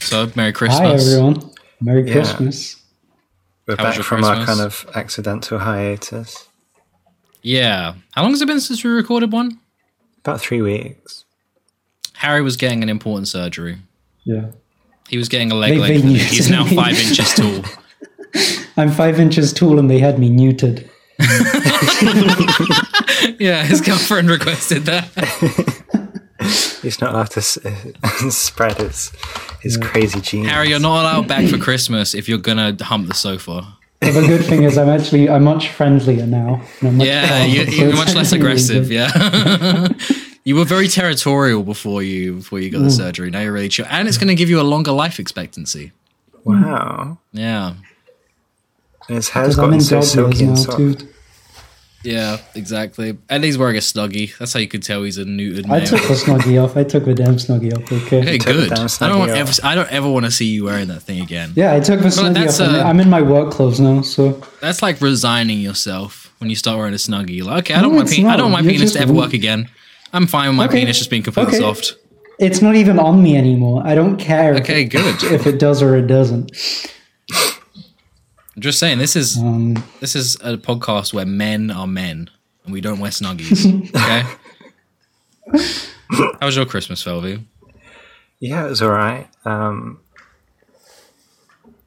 So, Merry Christmas. Hi, everyone. Merry Yeah. Christmas. We're How was back your from our kind Christmas? of accidental hiatus. Yeah. How long has it been since we recorded one? About three weeks. Harry was getting an important surgery. Yeah. He was getting a leg They- they lengthening. muted He's now me. five inches tall. I'm five inches tall and they had me neutered. Yeah, his girlfriend requested that. He's not allowed to s- spread his his crazy genius. Harry, you're not allowed back for Christmas if you're gonna hump the sofa. But the good thing is, I'm actually I'm much friendlier now. and I'm much Yeah, calmer, you, so you're it's much less actually really aggressive. good. Yeah, you were very territorial before you before you got Mm. the surgery. Now you're really chill, and it's gonna give you a longer life expectancy. Wow. Yeah, And his hair's Because I'm gotten in so dog years silky now and soft. too. yeah, exactly. And he's wearing a snuggie. That's how you could tell he's a neutered I male. took the snuggie off. I took the damn snuggie off. Okay. Okay, took good. the damn I don't want snuggie ever, off. I don't ever want to see you wearing that thing again. Yeah, I took the snuggie that's off. and uh, a- I'm in my work clothes now, so That's like resigning yourself when you start wearing a snuggie. You're Like, okay, I don't want my it's pe- I not. don't want my You're penis to just ever weak. work again. I'm fine with my Okay. penis just being completely Okay. soft. it's not even on me anymore. I don't care. if Okay, it- good. If it does or it doesn't. I'm just saying, this is Um, this is a podcast where men are men and we don't wear snuggies. okay. How was your Christmas, Felvy? Yeah, it was alright. Um,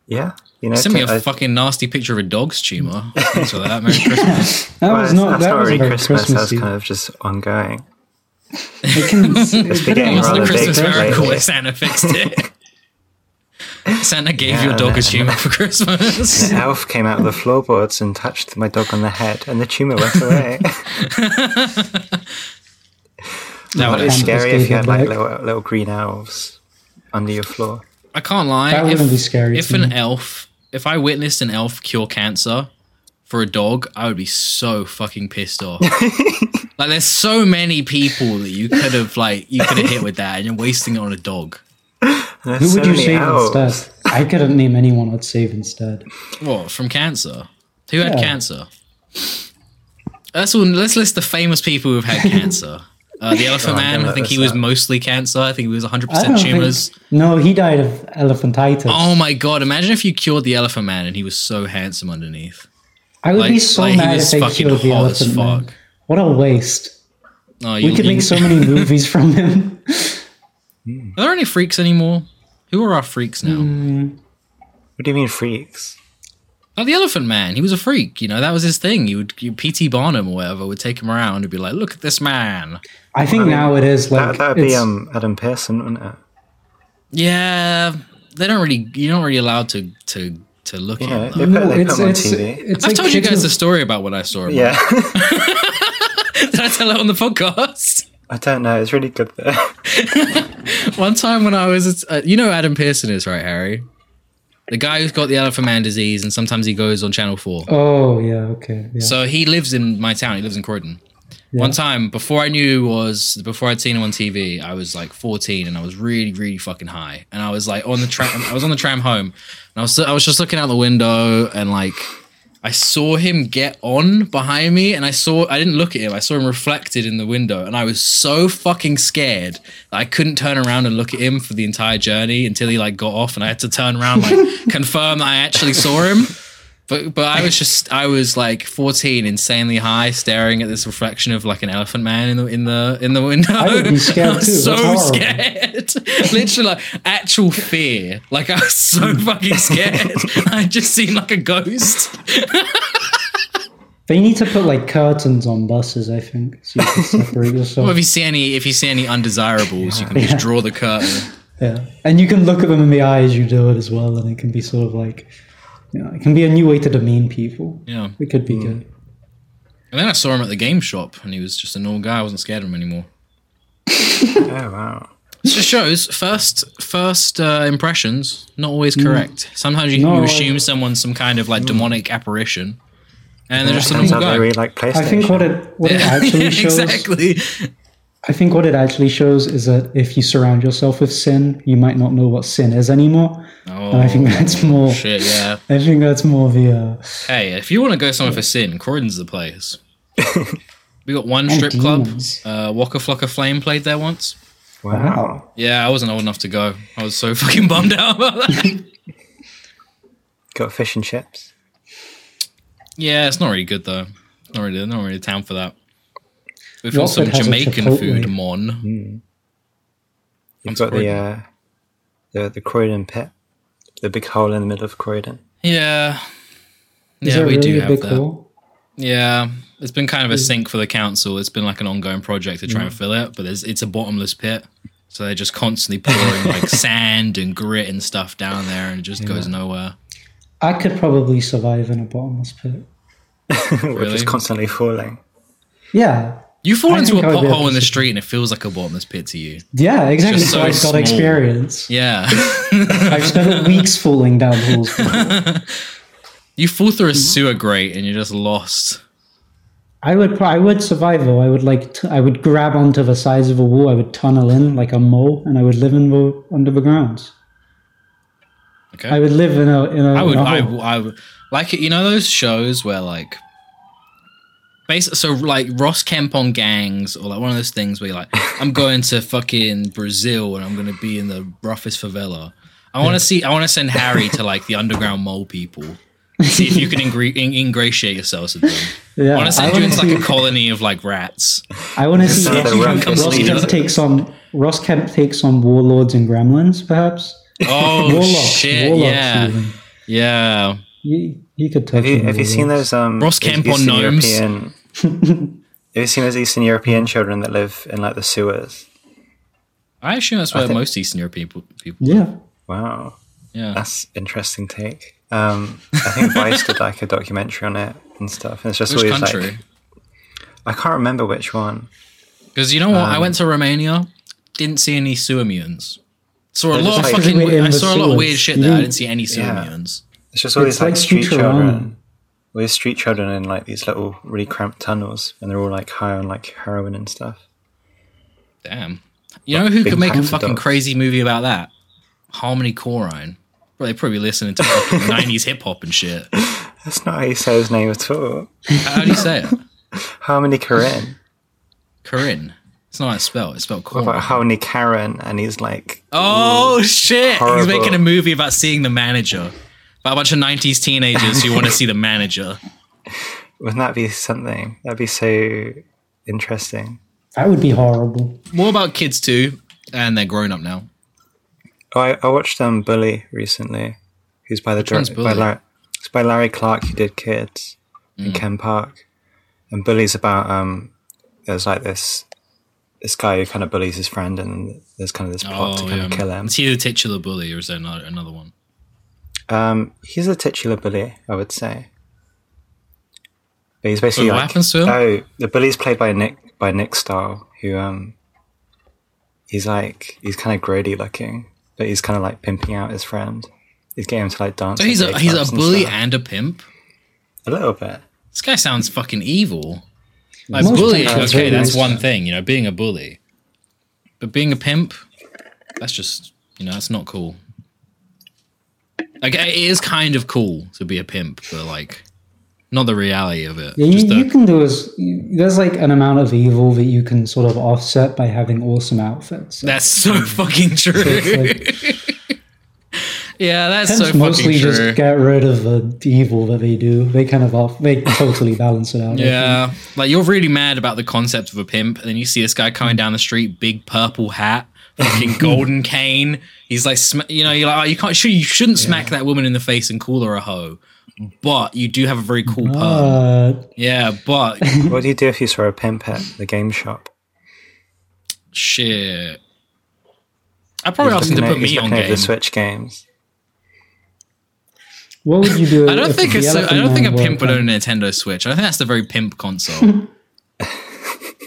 yeah. You know, Send me t- I- a fucking nasty picture of a dog's tumor. Thanks for that. Merry Christmas. that well, was it's- not. that's That not was a really very Christmas. That's Christmassy. kind of just ongoing. It can- It's been getting It wasn't rather a big Christmas lately. miracle if Santa fixed it. Santa gave Yeah, your dog a man. tumor for Christmas. An elf came out of the floorboards and touched my dog on the head, and the tumor went away. That That'd would be Santa's scary if you had like David little, little green elves under your floor. I can't lie. That if, wouldn't be scary If to an me. elf, if I witnessed an elf cure cancer for a dog, I would be so fucking pissed off. like, there's so many people that you could have like you could have hit with that, and you're wasting it on a dog. And there's Who so would you many save elves. instead? I couldn't name anyone I'd save instead. What from cancer? Who had Yeah. cancer? Let's all, let's list the famous people who've had cancer. Uh, Oh, the Elephant I'm gonna Man. I let think he this was out. mostly cancer. I think he was 100 I don't percent tumors. think. No, he died of elephantitis. Oh my god! Imagine if you cured the Elephant Man and he was so handsome underneath. I would like- be so like, he mad was if they fucking killed the hot as elephant man. fuck. What a waste. Oh, We could make so many movies from him. Are there any freaks anymore? Who are our freaks now? Hmm. What do you mean freaks? Like Oh, the Elephant Man, he was a freak. You know that was his thing. He would you, PT Barnum or whatever would take him around and be like, "Look at this man." I think now it is like That that would be it's- um Adam Pearson, wouldn't it? Yeah, they don't really. You're not really allowed to to to look at. Yeah, Him, they though. put, no, they it's, put him on it's, TV. it's I've like told you kids guys the who- story about when I saw him. Yeah, Did I tell it on the podcast? I don't know. It's really good though. One time when I was, uh, you know, who Adam Pearson is right, Harry, the guy who's got the Elephant Man disease, and sometimes he goes on Channel Four. Oh yeah, okay. Yeah. So he lives in my town. He lives in Croydon. One time before I knew who he was before I'd seen him on TV, I was like 14 and I was really really fucking high. And I was like on the tram. I was on the tram home, and I was I was just looking out the window and like I saw him get on behind me, and I saw I didn't look at him. I saw him reflected in the window, and I was so fucking scared that I couldn't turn around and look at him for the entire journey until he like got off, and I had to turn around like confirm that I actually saw him. But but I was just I was like 14, insanely high, staring at this reflection of like an elephant man in the in the in the window. I would be scared was too. That's so horrible. scared, literally like actual fear. Like I was so fucking scared. I just seemed like a ghost. They need to put like curtains on buses, I think, so you can separate Well, if yourself. you see any if you see any undesirables, you can just draw the curtain. yeah, and you can look at them in the eye as you do it as well, and it can be sort of like, you know, it can be a new way to demean people. Yeah. And It could Hmm. be good. then I saw him at the game shop, and he was just a normal guy. I wasn't scared of him anymore. Oh wow. This just shows first first uh, impressions not always correct. Sometimes you, No, you I- assume someone's some kind of like demonic apparition, and they're just a Turns normal out guy. they really like PlayStation. I think what it what it actually Yeah, shows. exactly. I think what it actually shows is that if you surround yourself with sin, you might not know what sin is anymore. Oh, And I think that's more. shit. Yeah. I think that's more the. Uh, Hey, if you want to go somewhere for sin, Croydon's the place. we got one strip club. demons. Uh, Waka Flocka Flame played there once. Wow. Yeah, I wasn't old enough to go. I was so fucking bummed out about that. Got fish and chips. yeah, it's not really good though. Not really, not really down for that. We've got some Watford has a Jamaican Chipotle. Mm. food, mon. You've I'm got the, Croydon. uh, the the Croydon pit, the big hole in the middle of Croydon. Yeah, Is yeah, that we really do a have big Mm. that. hole? Yeah, it's been kind of a sink for the council. It's been like an ongoing project to try Mm. and fill it, but there's, it's a bottomless pit. So they're just constantly pouring like sand and grit and stuff down there, and it just goes nowhere. I could probably survive in a bottomless pit. We're Really? just constantly falling. Yeah, You fall I into a think I would be pothole in the interested. street, and it feels like a bottomless pit to you. yeah, exactly. Just So, so I've got small. experience. Yeah. I've spent weeks falling down holes. before. You fall through a Mm-hmm. sewer grate and you're just lost. I would, pro- I would survive though. I would like, t- I would grab onto the sides of a wall. I would tunnel in like a mole, and I would live in the under the ground. Okay. I would live in a in a. I would, in a I, hole. I would, like, you know, those shows where, like, basically, so, like, Ross Kemp on gangs, or like one of those things where you're like, I'm going to fucking Brazil and I'm going to be in the roughest favela. I want to see, I want to send Harry to, like, the underground mole people. See if you can ingre- in- ingratiate yourselves with them. yeah, I want to I send you wanna into, like, a see- colony of, like, rats. I want to see Some of the Ross roughest Ross leaders. Kemp takes on Ross Kemp takes on warlords and gremlins, perhaps. Oh, Warlocks, shit. warlocks yeah. even. Yeah. You, you could touch. Have you, have you seen those um Ross those Kemp on Eastern gnomes? European, have you seen those Eastern European children that live in like the sewers? I assume that's where think- most Eastern European people. people Yeah. Wow, yeah. that's interesting take. Um, I think Vice did like a documentary on it and stuff. And it's just Which always country? like I can't remember which one. Because you know what? I went Um, to Romania, didn't see any sewer mutants. Saw a They're lot of just like- fucking. Because we're We- in I the saw a lot of sewers. weird shit You there. I don't- didn't see any sewer Yeah. mutants. It's just always It's like, like street Futurama. children. All these street children in like these little really cramped tunnels, and they're all like high on like heroin and stuff. Damn. You know who big could make a panda fucking dogs. crazy movie about that? Harmony Corrine. Bro, they probably listening to fucking 90s hip hop and shit. That's not how you say his name at all. How do you say it? Harmony Corinne. Corinne. It's not how it's spelled. It's spelled What about Corrine. Harmony Karen? And he's like, Oh shit! He's horrible. making a movie about seeing the manager. About a bunch of 90s teenagers who want to see the manager. wouldn't that be something? That'd be so interesting. That would be horrible. More about kids too, and they're grown up now. Oh, I, I watched um Bully recently, who's by the one's director by Bully? Mm. Larry, it's by Larry Clark who did Kids and Ken Park, and Bully's about um there's like this this guy who kind of bullies his friend, and there's kind of this plot Oh, to kind of kill him. Is he the titular bully, or is there another, another one? Um, he's a titular bully, I would say. But he's basically Wait, what like, happens to him? Oh, the bully's played by Nick by Nick Stahl, who um, he's like he's kind of grody looking, but he's kind of like pimping out his friend. He's getting him to like dance. So at he's a gay he's a clubs and bully stuff. and a pimp. a little bit. This guy sounds fucking evil. Like Most bullying, pimps are okay, very that's nice. one thing, you know, being a bully. But being a pimp, that's just you know, that's not cool. Like it is kind of cool to be a pimp, but like not the reality of it. Yeah, just you, the, you can do is you- there's like an amount of evil that you can sort of offset by having awesome outfits. that's so fucking It's true. like, yeah, that's pimps so fucking mostly true. just get rid of the evil that they do. They kind of off. They totally balance it out. I think. Yeah, like you're really mad about the concept of a pimp, and then you see this guy coming down the street, big purple hat, fucking golden cane. He's like, sm- you know, you're like, oh, you can't, sure, you shouldn't smack that woman in the face and call her a hoe, but you do have a very cool perm. Uh, Yeah, but what do you do if you saw a pimp at the game shop? shit, I probably asked He's him to put looking at- he's me on looking over game. the Switch games. what would you do? I don't if think the it's. So, I Elephant don't think a Man pimp would worked own a Nintendo Switch. I think that's the very pimp console. I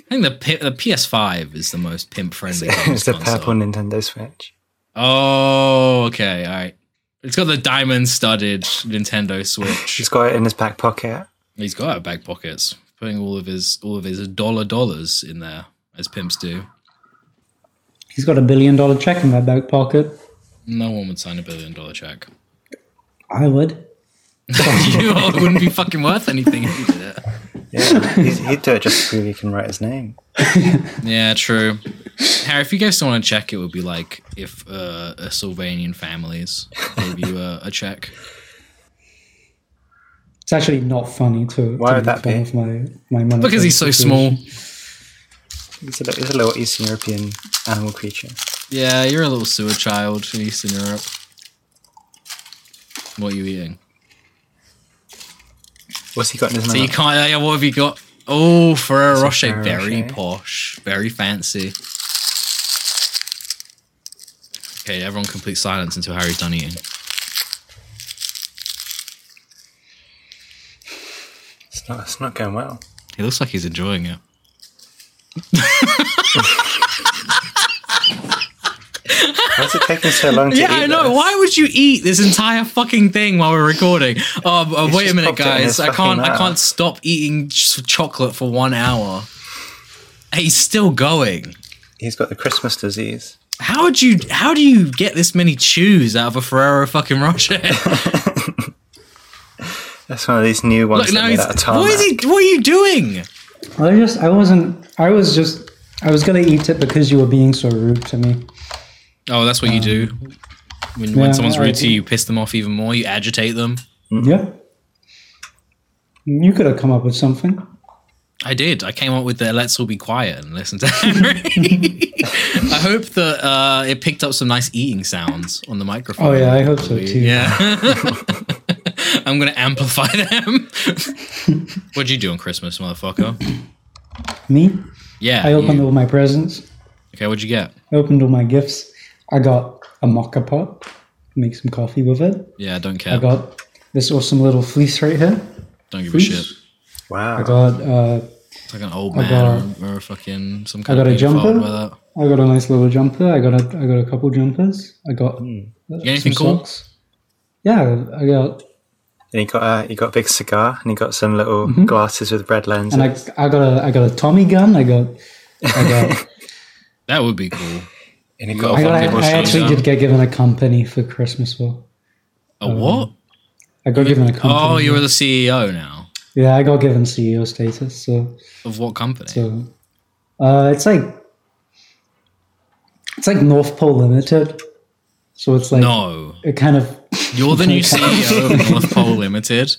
think the P- the PS5 is the most pimp friendly. it's the console. purple Nintendo Switch. Oh, okay. All right. It's got the diamond studded Nintendo Switch. He's got it in his back pocket. He's got out back pockets, putting all of his all of his dollar dollars in there, as pimps do. He's got a billion dollar check in that back pocket. No one would sign a billion dollar check. I would. you know, it wouldn't be fucking worth anything if you did it. Yeah, he's, he'd do it just so he can write his name. Yeah, true. Harry, if you gave someone a check, it would be like if uh, a Sylvanian families gave you a, a check. It's actually not funny to, Why to would that make be? fun of my, my monetary Because he's so situation. small. It's a, li- it's a little Eastern European animal creature. Yeah, you're a little sewer child in Eastern Europe. What are you eating? What's he got in his So you mouth? can't. uh, Yeah, what have you got? Oh, Ferrero It's a Rocher, Ferrero very Rocher. posh, very fancy. Okay, everyone, complete silence until Harry's done eating. It's not, it's not going well. He looks like he's enjoying it. Why's it taking so long to Yeah, eat I know. this? Why would you eat this entire fucking thing while we're recording? Oh, uh, He's wait a just minute, popped it in guys. his I fucking can't. I mouth. can't stop eating ch- chocolate for one hour. He's still going. He's got the Christmas disease. How would you? How do you get this many chews out of a Ferrero fucking Rocher? That's one of these new ones Look that now, made he's. out of tarmac. What is he? What are you doing? I just, I wasn't, I was just, I was gonna eat it because you were being so rude to me. Oh, that's what you do. When, when Um, yeah, someone's I rude to do. you, you piss them off even more. You agitate them. Mm. Yeah. You could have come up with something. I did. I came up with the "Let's all be quiet and listen to Henry." I hope that uh, it picked up some nice eating sounds on the microphone. Oh yeah, I hope so too. Yeah. I'm gonna amplify them. What'd you do on Christmas, motherfucker? Me? Yeah. I opened you- all my presents. okay, what'd you get? I opened all my gifts. I got a mocha pot. Make some coffee with it. Yeah, I don't I care. got this awesome little fleece right here. don't give a Fleece. shit. Wow. I got uh, It's like an old I man or, or a fucking some kind got of a pedophile jumper. with that. I got a nice little jumper. I got a I got a couple jumpers. I got uh, Hmm. got anything some cool? socks. Yeah, I got And he got a he got a big cigar, and he got some little glasses with red lenses. Mm-hmm. and I, I got a I got a Tommy gun. I got I got That would be cool. And he got got I, a got, Fucking I, machine actually gun. did get given a company for Christmas. Well, A what? I got given a company. Oh, you're the CEO now. yeah, I got given CEO status. So Of what company? so uh, it's like it's like North Pole Limited. So it's like no. it kind of You're the new CEO of North Pole Limited.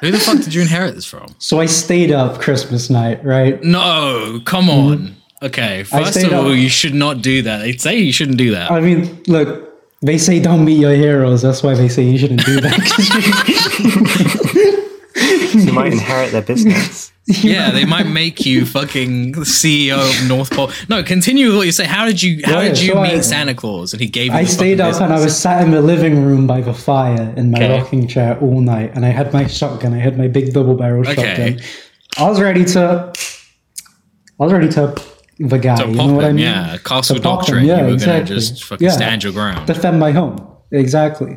Who the fuck did you inherit this from? so I stayed up Christmas night, right? No, come Hmm. on. Okay, first stayed of all, up- you should not do that. They say you shouldn't do that. I mean, look, they say don't meet your heroes. That's why they say you shouldn't do that. 'cause you- you might inherit their business. yeah, they might make you fucking CEO of North Pole. No, continue with what you say. How did you? How Yeah, did you so meet I- Santa Claus and he gave you? I the stayed fucking up and I business? was sat in the living room by the fire in my Okay. rocking chair all night, and I had my shotgun. I had my big double barrel Okay. shotgun. I was ready to. I was ready to the guy. To you pop know what I him, mean? yeah, castle To pop him, doctrine. yeah, you were exactly. gonna just fucking Yeah. stand your ground. Defend my home, exactly.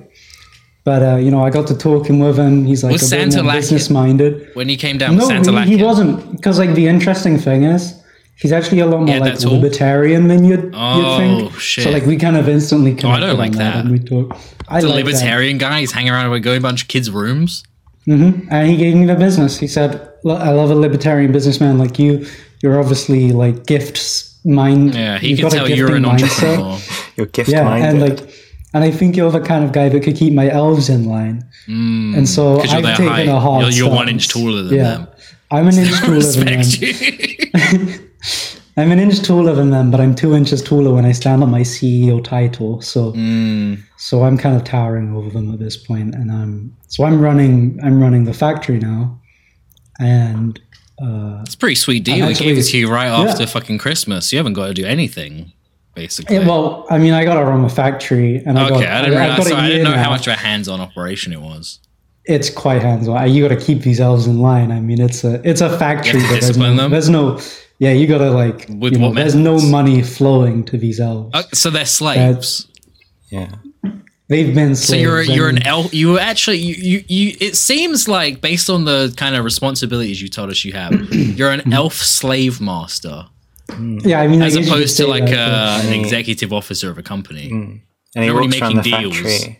But uh, you know, I got to talking with him. He's like Was a bit Santa more lacking? business minded. when he came down, with Santa he- Lack he, wasn't. Because like the interesting thing is, he's actually a lot more Yeah, like that's all. libertarian than you'd, Oh, you'd think. shit. Oh, So like we kind of instantly connected. don't like on that. and we talked. I the like um, that. libertarian guy. He's hanging around with a going bunch of kids' rooms. Mm-hmm. And he gave me the business. He said, "Look, I love a libertarian businessman like you. You're obviously like gifts mind. Yeah, he you've can got a tell you're gifting an mindset." entrepreneur. You're gift Yeah, and minded. like, and I think you're the kind of guy that could keep my elves in line. and so Mm, you're I've their taken height. a hard. You're- you're one stance. inch taller than yeah. them. I'm an inch taller than them. Respect you. I'm an inch taller than them, but I'm two inches taller when I stand on my CEO title. So, so I'm kind of towering over them at this point, and I'm so I'm running I'm running the factory now, and uh, It's a pretty sweet deal. And They gave actually- it to you right yeah. after fucking Christmas. You haven't got to do anything, basically. yeah, well, I mean, I got to run the factory, and I got okay, I didn't I've realize. got a Sorry, I year didn't know how now. much of a hands-on operation it was. it's quite hands on. You got to keep these elves in line. I mean, it's a it's a factory. to but there's, discipline no, them? there's no, yeah, you got to like. With you know, what there's no methods? money flowing to these elves. Oh, so they're slaves. yeah. They've been slaves. so you're I you're mean- an elf. You were actually you, you you. It seems like based on the kind of responsibilities you told us you have, you're an elf slave master yeah. I mean, I as guess you could opposed to say like that, uh, an Yeah. executive officer of a company. And he They're already walks around the making deals. factory.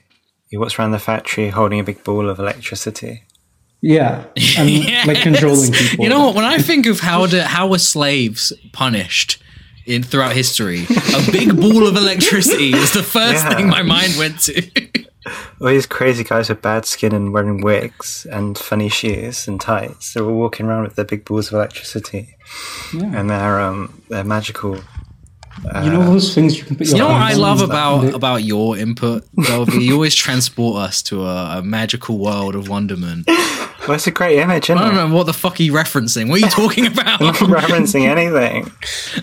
He walks around the factory holding a big ball of electricity. Yeah, and like Yes. controlling people. You know what? When I think of how to, how were slaves punished in throughout history, a big ball of electricity was the first Yeah. thing my mind went to. All these crazy guys with bad skin and wearing wigs and funny shoes and tights. They're all walking around with their big balls of electricity Yeah. and their um their magical. you know those things you can put your you know what I hands love on? about about your input, Delvey? You always transport us to a, a magical world of wonderment. I Well, it's a great image, isn't don't it? know what the fuck are you referencing? What are you talking about? referencing anything.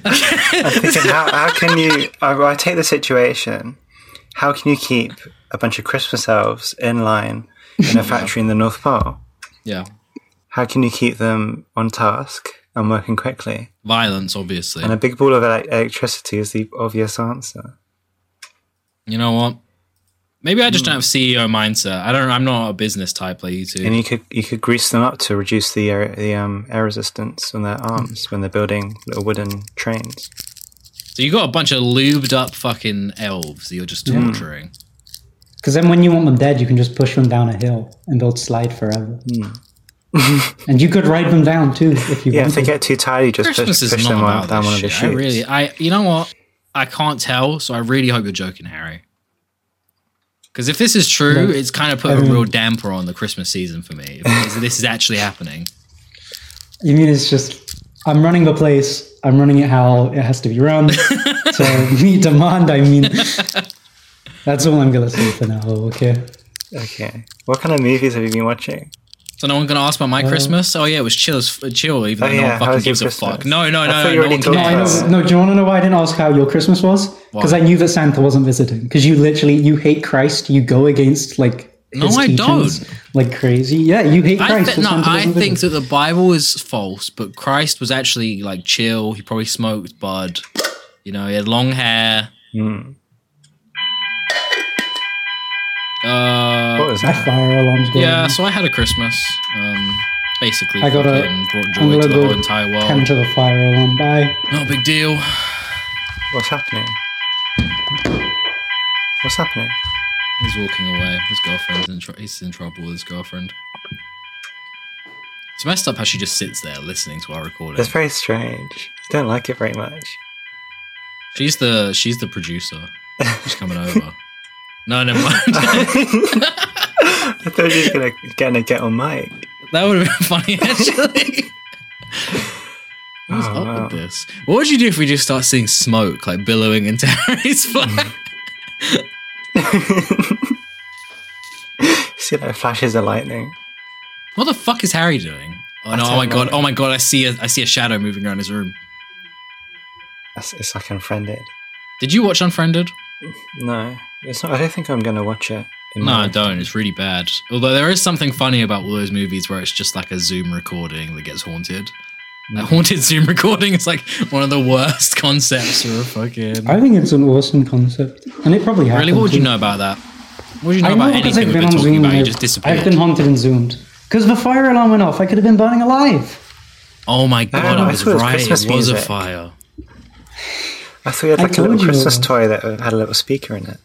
I'm thinking, how, how can you? I, I take the situation. How can you keep a bunch of Christmas elves in line in a factory in the North Pole? yeah, How can you keep them on task and working quickly? violence, obviously. And a big ball of ele- electricity is the obvious answer. You know what? Maybe I just don't have CEO mindset. I don't. I'm not a business type like you And two. you could you could grease them up to reduce the air, the um, air resistance on their arms when they're building little wooden trains. So you got a bunch of lubed up fucking elves that you're just torturing. Because then when you want them dead, you can just push them down a hill and they'll slide forever. and you could ride them down too if you Yeah, if want. they to. get too tired, you just Christmas push, is push not them about out down this one of the shit. chutes. I really, I, you know what? I can't tell, so I really hope you're joking, Harry. Because if this is true, it's kind of put Um, a real damper on the Christmas season for me. If this is actually happening. You mean it's just I'm running the place. I'm running it how it has to be run. to meet demand, I mean. That's all I'm gonna say for now. Okay. Okay. What kind of movies have you been watching? So no one gonna ask about my Christmas. Oh yeah, it was chill as f- chill, even Uh, Oh, though no yeah, one fucking how was your gives a Christmas? fuck. No, no, I no, thought you no, already one talked No, Oh, I cares. know. No, do you want to know why I didn't ask how your Christmas was? Because Why? I knew that Santa wasn't visiting. Because you literally you hate Christ. You go against like No, his I teachings don't. like crazy. Yeah, you hate I Christ. thi- so no, Santa I wasn't think visiting. that the Bible is false, but Christ was actually like chill. He probably smoked bud. You know, he had long hair. Uh, What was my that? fire alarm's going. yeah, so I had a Christmas. Um, basically, I gotta- fucking brought I'm joy gonna to the go whole entire world. tend to the fire alarm. Bye. Not a big deal. What's happening? What's happening? He's walking away. His girlfriend's in, tr- he's in trouble with his girlfriend. It's messed up how she just sits there listening to our recording. That's very strange. I don't like it very much. She's the she's the producer. She's coming over. No, never mind. I thought you were gonna gonna get on mic. that would have been funny actually. What's Oh, up wow. with this? What would you do if we just start seeing smoke like billowing into Harry's flat? See that flashes of lightning. What the fuck is Harry doing? Oh no! Oh don't my god! know. Oh my god! I see a I see a shadow moving around his room. That's, it's like unfriended. Did you watch Unfriended? No, it's not. I don't think I'm gonna watch it. No, in my I life. don't. It's really bad. Although there is something funny about all those movies where it's just like a Zoom recording that gets haunted. That haunted Zoom recording is like one of the worst concepts for a fucking. I think it's an awesome concept, and it probably happened. Really, what would you too. know about that? What would you know, I about know because anything I've we've been been on talking Zoom. about? You I've- just I've disappeared. been haunted and zoomed because the fire alarm went off. I could have been burning alive. oh my god, know, I I was thought it was right. It was Christmas a music. fire. I thought you had I like a told little you it Christmas was. toy that had a little speaker in it.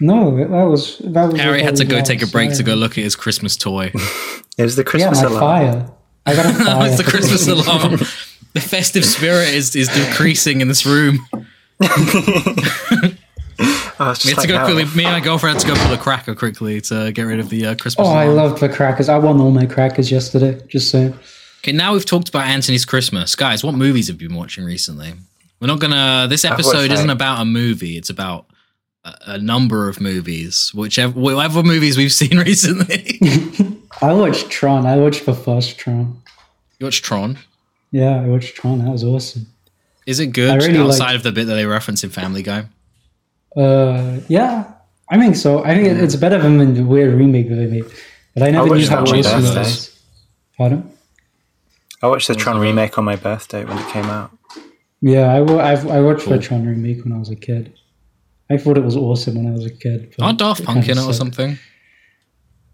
No, that was that was. Harry what had I to was go at, take a so break I- to go look at his Christmas toy. It was the Yeah, Christmas my alarm. fire. I got a fire. It's the Christmas alarm. The festive spirit is, is decreasing in this room. Oh, it's We had just to like go that. quickly. Me and my girlfriend had to go pull a cracker quickly to get rid of the uh, Christmas. Oh, I alarm. loved the crackers. I won all my crackers yesterday. Just saying. Okay, now we've talked about Anthony's Christmas. Guys, what movies have you been watching recently? We're not gonna. This watched episode isn't like- about a movie. It's about a, a number of movies, whichever whatever movies we've seen recently. you I watched Tron. I watched the first Tron. watched Tron. Yeah, I watched Tron. That was awesome. Is it good I really outside like- of the bit that they reference in Family Guy? Uh, yeah, I think so. I think it it's better than the weird remake that they made. But I never knew watched how that one awesome it yesterday. was. Pardon? I watched the Tron remake on my birthday when it came out. Yeah, I, wa- I've, I watched the Tron remake when I was a kid. I thought it was awesome when I was a kid. but Aren't Daft it Punk in kinda it or sucked. something?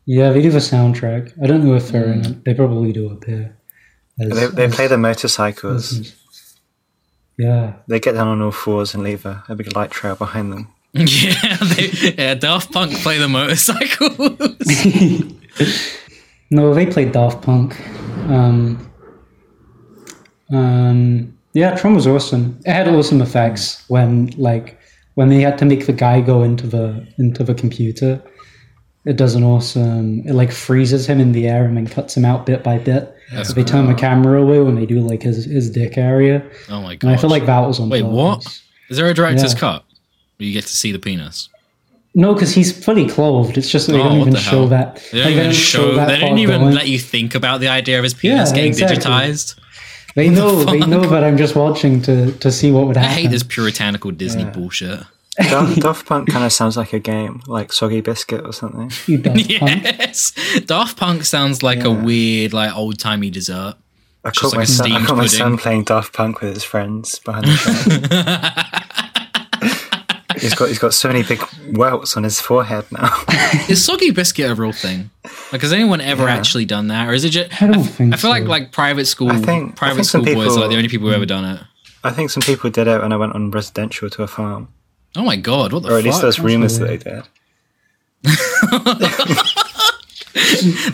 Yeah, they do the soundtrack. I don't know if they're in it. They probably do up here. They, they play the motorcycles. Mhm. Yeah. They get down on all fours and leave a, a big light trail behind them. yeah, they, yeah, Daft Punk play the motorcycles. Oh No, they played Daft Punk. Um, um, Yeah, Tron was awesome. It had awesome effects when like when they had to make the guy go into the into the computer. It does an awesome. It like freezes him in the air and then cuts him out bit by bit. That's So they turn the camera away when they do like his, his dick area, Oh my god! and I feel like that was on. Wait, what? purpose. Is there a director's Yeah. cut? Where you get to see the penis. No, because he's fully clothed. It's just that they Oh, don't what even the show hell? that. They don't even show. They part don't even going. let you think about the idea of his penis Yeah, getting exactly. digitized. They know. They know that I'm just watching to to see what would I happen. hate this puritanical Disney bullshit. Daft, Daft Punk kind of sounds like a game, like Soggy Biscuit or something. You dumb punk. Yes, Daft Punk sounds like a weird, like old timey dessert. I Just caught like my a son. I steamed caught my pudding. son playing Daft Punk with his friends behind the shop. he's got he's got so many big welts on his forehead now. Is soggy biscuit a real thing? Like, has anyone ever actually done that, or is it just? I don't think I feel like so. like private school, I think- I private think school some boys are like people- the only people who ever done it. I think some people did it when I went on residential to a farm, Oh my god, what the or at least fuck? there's rumours that they did.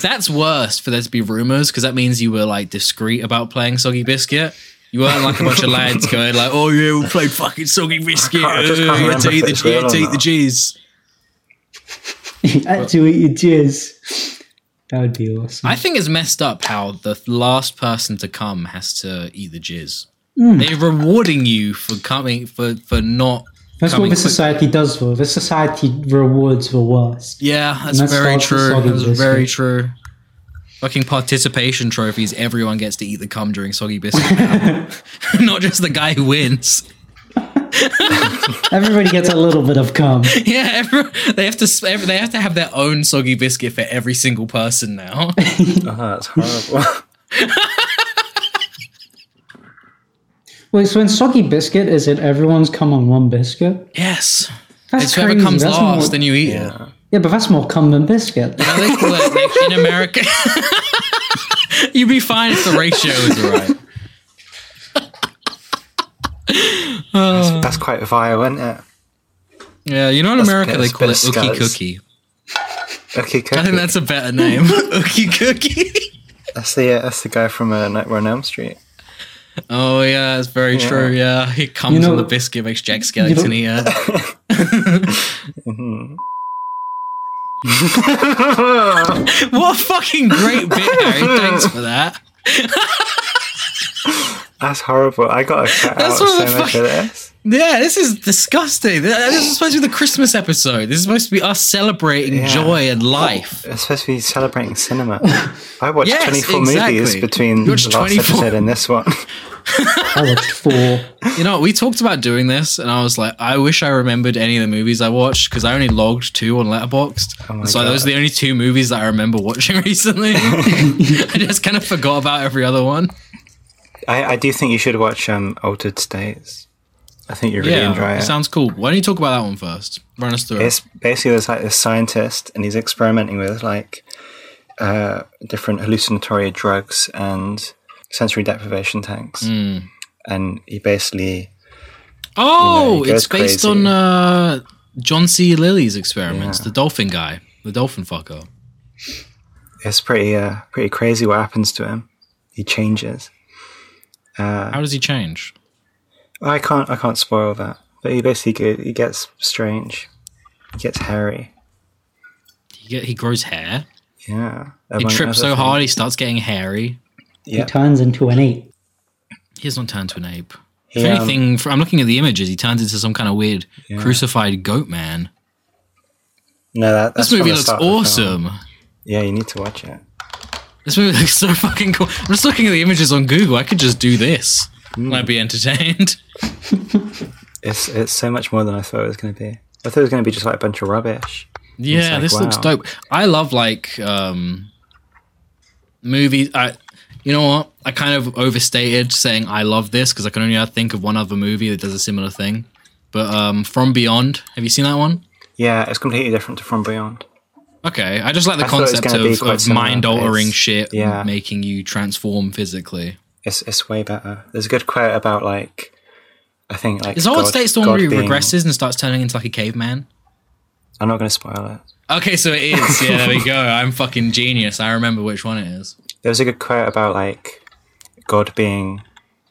That's worse for there to be rumors because that means you were like discreet about playing soggy biscuit. You weren't like a bunch of lads going like, "Oh yeah, we played fucking soggy biscuit. I just uh, can't you had to eat remember if the, it's you real had to or eat the not." G's." You had to eat your jizz. That would be awesome. I think it's messed up how the last person to come has to eat the jizz. Hmm. They're rewarding you for coming for for not. That's what coming this quick- society does, though. This society rewards the worst. Yeah, that's, that's very called the true. soggy That's very biscuit. true. Fucking participation trophies. Everyone gets to eat the cum during soggy biscuit. now. not just the guy who wins. Everybody gets a little bit of cum. Yeah, every, they have to s- every, they have to have their own soggy biscuit for every single person now. Oh, that's horrible. Wait, so in soggy biscuit, is it everyone's cum on one biscuit? yes, That's it's whoever comes last, more, then you eat it. yeah. yeah, but that's more cum than biscuit. Now they call it, like, in America, you'd be fine if the ratio is right. Oh. That's quite vile, isn't it? Yeah, you know in That's a America bit- they that's a call it bit of ookie scuzz. cookie. Okay, I think that's a better name, ookie cookie. that's the uh, that's the guy from uh, Nightmare on Elm Street. Oh yeah, that's very true. Yeah, he comes You know- on the biscuit, makes Jack Skellington eat it. Mm-hmm. What a fucking great bit, Harry. Thanks for that. That's horrible. I got a cut That's out what so the much fuck- of this. Yeah, this is disgusting. Th- This is supposed to be the Christmas episode. This is supposed to be us celebrating Yeah. joy and life. It's supposed to be celebrating cinema. I watched Yes, 24 movies exactly. between You the watched last 24. episode and this one. I watched four. You know, we talked about doing this, and I was like, I wish I remembered any of the movies I watched because I only logged two on Letterboxd. Oh my And so those are the only two movies that I remember watching recently. I just kind of forgot about every other one. I, I do think you should watch um, Altered States. I think you really enjoy Yeah, it. it sounds cool. Why don't you talk about that one first? Run us through it. it's basically there's like this scientist and he's experimenting with like uh, different hallucinatory drugs and sensory deprivation tanks Hmm. and he basically Oh, he goes it's based crazy. on uh, John C. Lilly's experiments, the dolphin guy, the dolphin fucker. it's pretty uh, pretty crazy what happens to him he changes Uh. How does he change? i can't i can't spoil that but he basically ge- he gets strange he gets hairy He, get, he grows hair. yeah He trips so hard he starts getting hairy. He turns into an eight. He doesn't turn to an ape. he, if um, anything, fr- I'm looking at the images. He turns into some kind of weird Yeah. crucified goat man. no that, This that's from movie the looks start of the film. awesome. yeah you need to watch it This movie looks so fucking cool. I'm just looking at the images on Google. I could just do this Mm. and I'd be entertained. it's it's so much more than i thought it was going to be i thought it was going to be just like a bunch of rubbish Yeah, like, this looks wow. dope. I love like um movies. I, you know what? I kind of overstated saying I love this because I can only think of one other movie that does a similar thing. But um, From Beyond, have you seen that one? Yeah, it's completely different to From Beyond. Okay, I just like the I thought it was concept gonna be of, quite of similar, but mind altering it's- shit, yeah. making you transform physically. It's it's way better. There's a good quote about like, I think like Is Old God- States the one God where he being- regresses and starts turning into like a caveman? I'm not going to spoil it. Okay, so it is. Yeah, there we go. I'm fucking genius. I remember which one it is. There was a good quote about like God being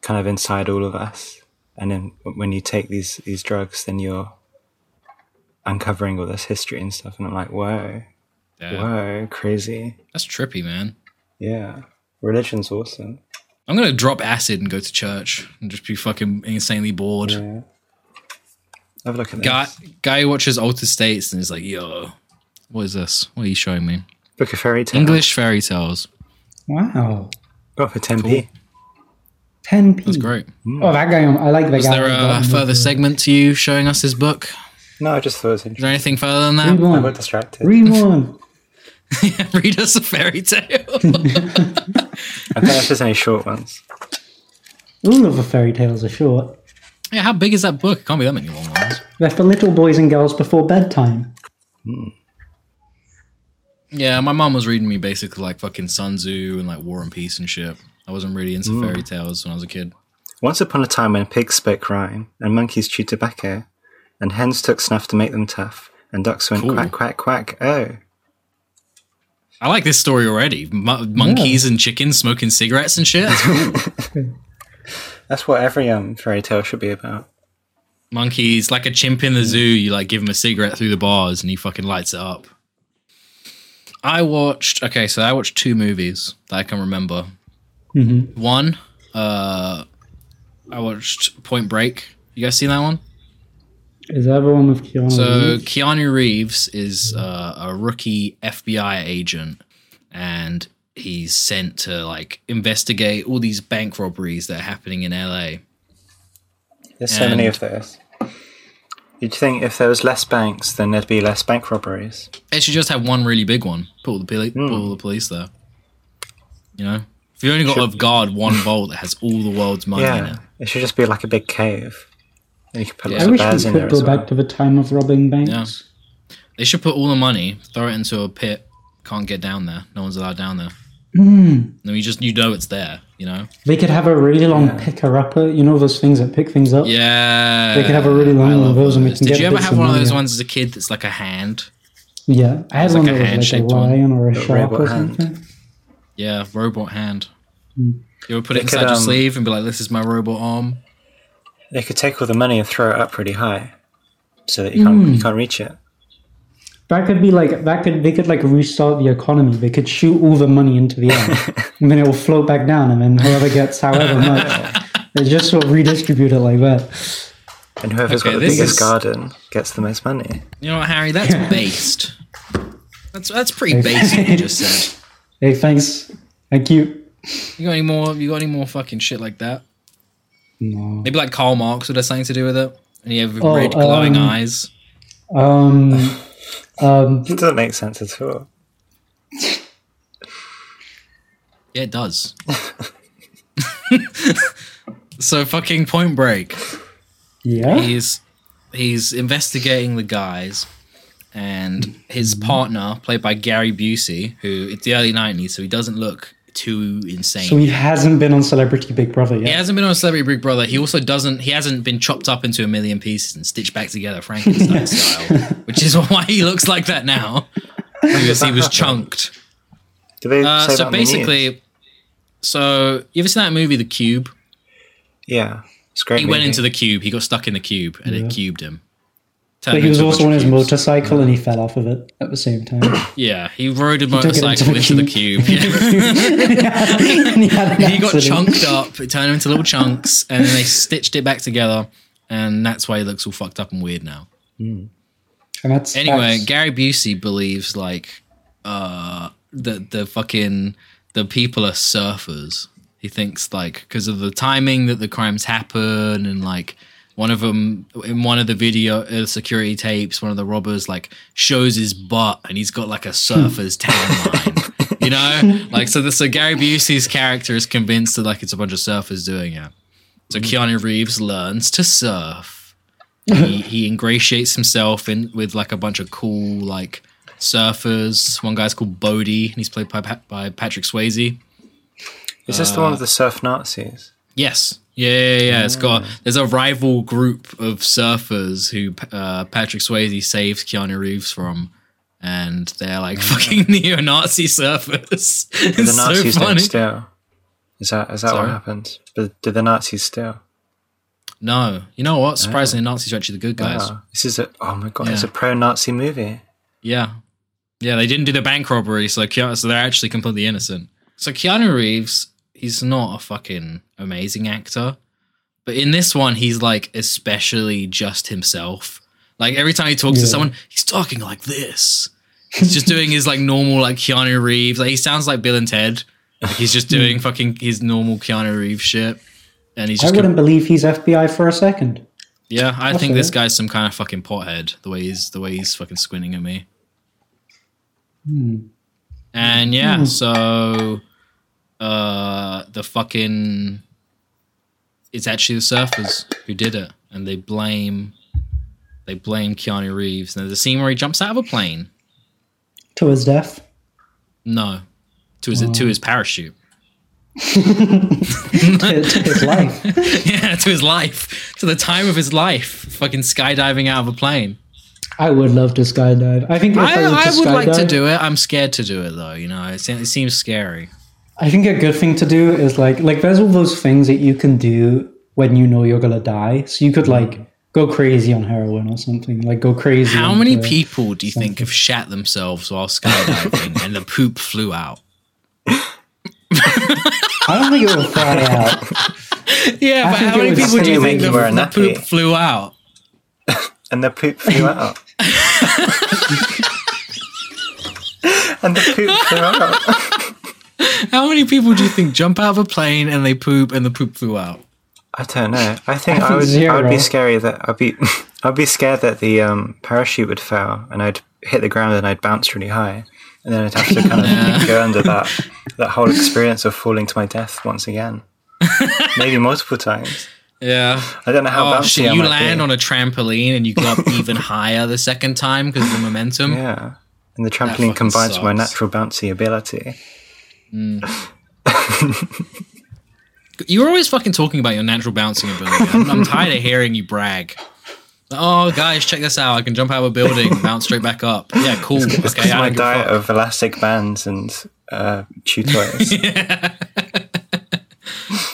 kind of inside all of us. And then when you take these these drugs, then you're uncovering all this history and stuff. And I'm like, whoa, Yeah. whoa, crazy. That's trippy, man. Yeah, religion's awesome. I'm gonna drop acid and go to church and just be fucking insanely bored. Yeah. Have a look at Guy, this. guy who watches Altered States and is like, yo, what is this? What are you showing me? Book of fairy tale. English fairy tales. Wow. Got for 10p. 10p. Hmm. That's great. Oh, that guy. I like that Is guy. there a further segment to you showing us his book? Is No, I just thought it was interesting. there anything further than Read that? I got one. distracted. Read one. Read us a fairy tale. I think that's just any short ones. All of the fairy tales are short. yeah, how big is that book? It can't be that many long ones. They're for little boys and girls before bedtime. Yeah, my mom was reading me basically like fucking Sun Tzu and like War and Peace and shit. I wasn't really into fairy tales when I was a kid. Once upon a time when pigs spoke rhyme, and monkeys chewed tobacco, and hens took snuff to make them tough, and ducks went Cool. quack, quack, quack, oh. I like this story already. Mo- monkeys and chickens smoking cigarettes and shit. That's cool. That's what every um, fairy tale should be about. monkeys, like a chimp in the zoo, you like give him a cigarette through the bars and he fucking lights it up. I watched, okay, so I watched two movies that I can remember. Mhm. One, uh, I watched Point Break. You guys seen that one? Is that the one with Keanu So Reeves? Keanu Reeves is uh, a rookie FBI agent, and he's sent to like investigate all these bank robberies that are happening in LA. There's so many And- of those. You'd think if there was less banks, then there'd be less bank robberies. They should just have one really big one. Put all the poli- put all the police there. You know, if you only got of guard one vault that has all the world's money in yeah, it. it should just be like a big cave. And you could put Yeah. I lots of wish bears we in there could as go well. back to the time of robbing banks. Yeah. They should put all the money, throw it into a pit. Can't get down there. No one's allowed down there. Then you just you know it's there. You know. They could have a really long picker upper. You know those things that pick things up. Yeah. They could have a really long I one of love those and we can Did get you ever bits have of one of those money. ones as a kid that's like a hand? Yeah, I had It's one like a that was like a hand-shaped one. lion or a A shark robot or hand. something. Yeah, robot hand. Mm. You would put it They could, inside your um, sleeve and be like, "This is my robot arm." They could take all the money and throw it up really high, so that you can't Mm. you can't reach it. That could be like that could they could like restart the economy. They could shoot all the money into the air, and then it will float back down, and then whoever gets however much, they just sort of redistribute it like that. And whoever's Okay, got the this biggest is- garden gets the most money. You know what, Harry? That's based. That's that's pretty based. What you just said. Hey, thanks, thank you. You got any more? You got any more fucking shit like that? No, Maybe like Karl Marx would have something to do with it. And he have Oh, red glowing um, eyes. um, um, It doesn't make sense at all. Yeah, it does. so fucking Point Break. yeah, he's he's investigating the guys and his Mm-hmm. partner played by Gary Busey who it's the early 90s so he doesn't look too insane So he hasn't been on Celebrity Big Brother he yet. hasn't been on Celebrity Big Brother. He also doesn't. He hasn't been chopped up into a million pieces and stitched back together Frankenstein style, which is why he looks like that now. Because he was chunked. Do they Uh, say that so on the news? basically, so you ever seen that movie The Cube? yeah, it's a great. He went movie. into the cube. He got stuck in the cube, and it cubed him. Turned But he him was into a also bunch on of his cubes. motorcycle and he fell off of it at the same time. Yeah, he rode a took it motorcycle into into the the cube. Yeah. and he, had an he got accident. chunked up, it turned him into little chunks, and then they stitched it back together, and that's why he looks all fucked up and weird now. And that's, Anyway, that's- Gary Busey believes like uh that the fucking the people are surfers. He thinks like because of the timing that the crimes happen and like one of them in one of the video uh, security tapes, one of the robbers like shows his butt and he's got like a surfer's tan line. You know, like so. The, so Gary Busey's character is convinced that like it's a bunch of surfers doing it. So Keanu Reeves learns to surf he, he ingratiates himself in with like a bunch of cool like surfers. One guy's called Bodie, and he's played by, Pa- by Patrick Swayze. Is this Uh, the one with the surf Nazis? Yes, yeah, yeah, yeah. It's got Ah. there's a rival group of surfers who uh, Patrick Swayze saves Keanu Reeves from. And they're like fucking neo-Nazi surfers. Ah. The It's so Nazis funny. don't steal. Is that is that Sorry? what happened? But did the Nazis steal? No, you know what? Surprisingly, Ah. Nazis are actually the good guys. Wow. This is a oh my god, it's a Yeah. pro-Nazi movie. Yeah, yeah, they didn't do the bank robbery, so Keanu, so they're actually completely innocent. So Keanu Reeves, he's not a fucking amazing actor, but in this one, he's like especially just himself. Like every time he talks to Yeah. someone, he's talking like this. He's just doing his like normal like Keanu Reeves. Like he sounds like Bill and Ted. Like he's Hmm. just doing fucking his normal Keanu Reeves shit. And he's I just wouldn't believe he's FBI for a second. Yeah, I think fair. this guy's some kind of fucking pothead. The way he's the way he's fucking squinting at me. And yeah, so uh the fucking it's actually the surfers who did it, and they blame they blame Keanu Reeves. And there's a scene where he jumps out of a plane. To his death. No, to his to his parachute. It took his life. yeah, to his life, to the time of his life, fucking skydiving out of a plane. I would love to skydive. I think if I, I, were I would like to skydive- do it. I'm scared to do it though. You know, it, se- it seems scary. I think a good thing to do is like like there's all those things that you can do when you know you're gonna die. So you could like go crazy on heroin or something. Like go crazy. How on many the- people do you think have shat themselves while skydiving and the poop flew out? I don't think it will fly out. Yeah, I but think how it many would people do stay you when think the, you were a the poop nappy. flew out? And the poop flew out. and the poop flew out. How many people do you think jump out of a plane and they poop and the poop flew out? I don't know. I think I I, think would I would zero. be scary that I'd be I'd be scared that the um, parachute would fail and I'd hit the ground and I'd bounce really high. And then I'd have to kind of go under that that whole experience of falling to my death once again. Maybe multiple times. Yeah. I don't know how Oh bouncy shit! I You might land be. on a trampoline and you go up even higher the second time because of the momentum. Yeah. And the fucking trampoline combines my sucks. natural bouncy ability. You're always fucking talking about your natural bouncing ability. I'm, I'm tired of hearing you brag. Oh, guys, check this out. I can jump out of a building, bounce straight back up. Yeah, cool. Okay, It's I my don't give a diet fuck. of elastic bands and uh, chew toys.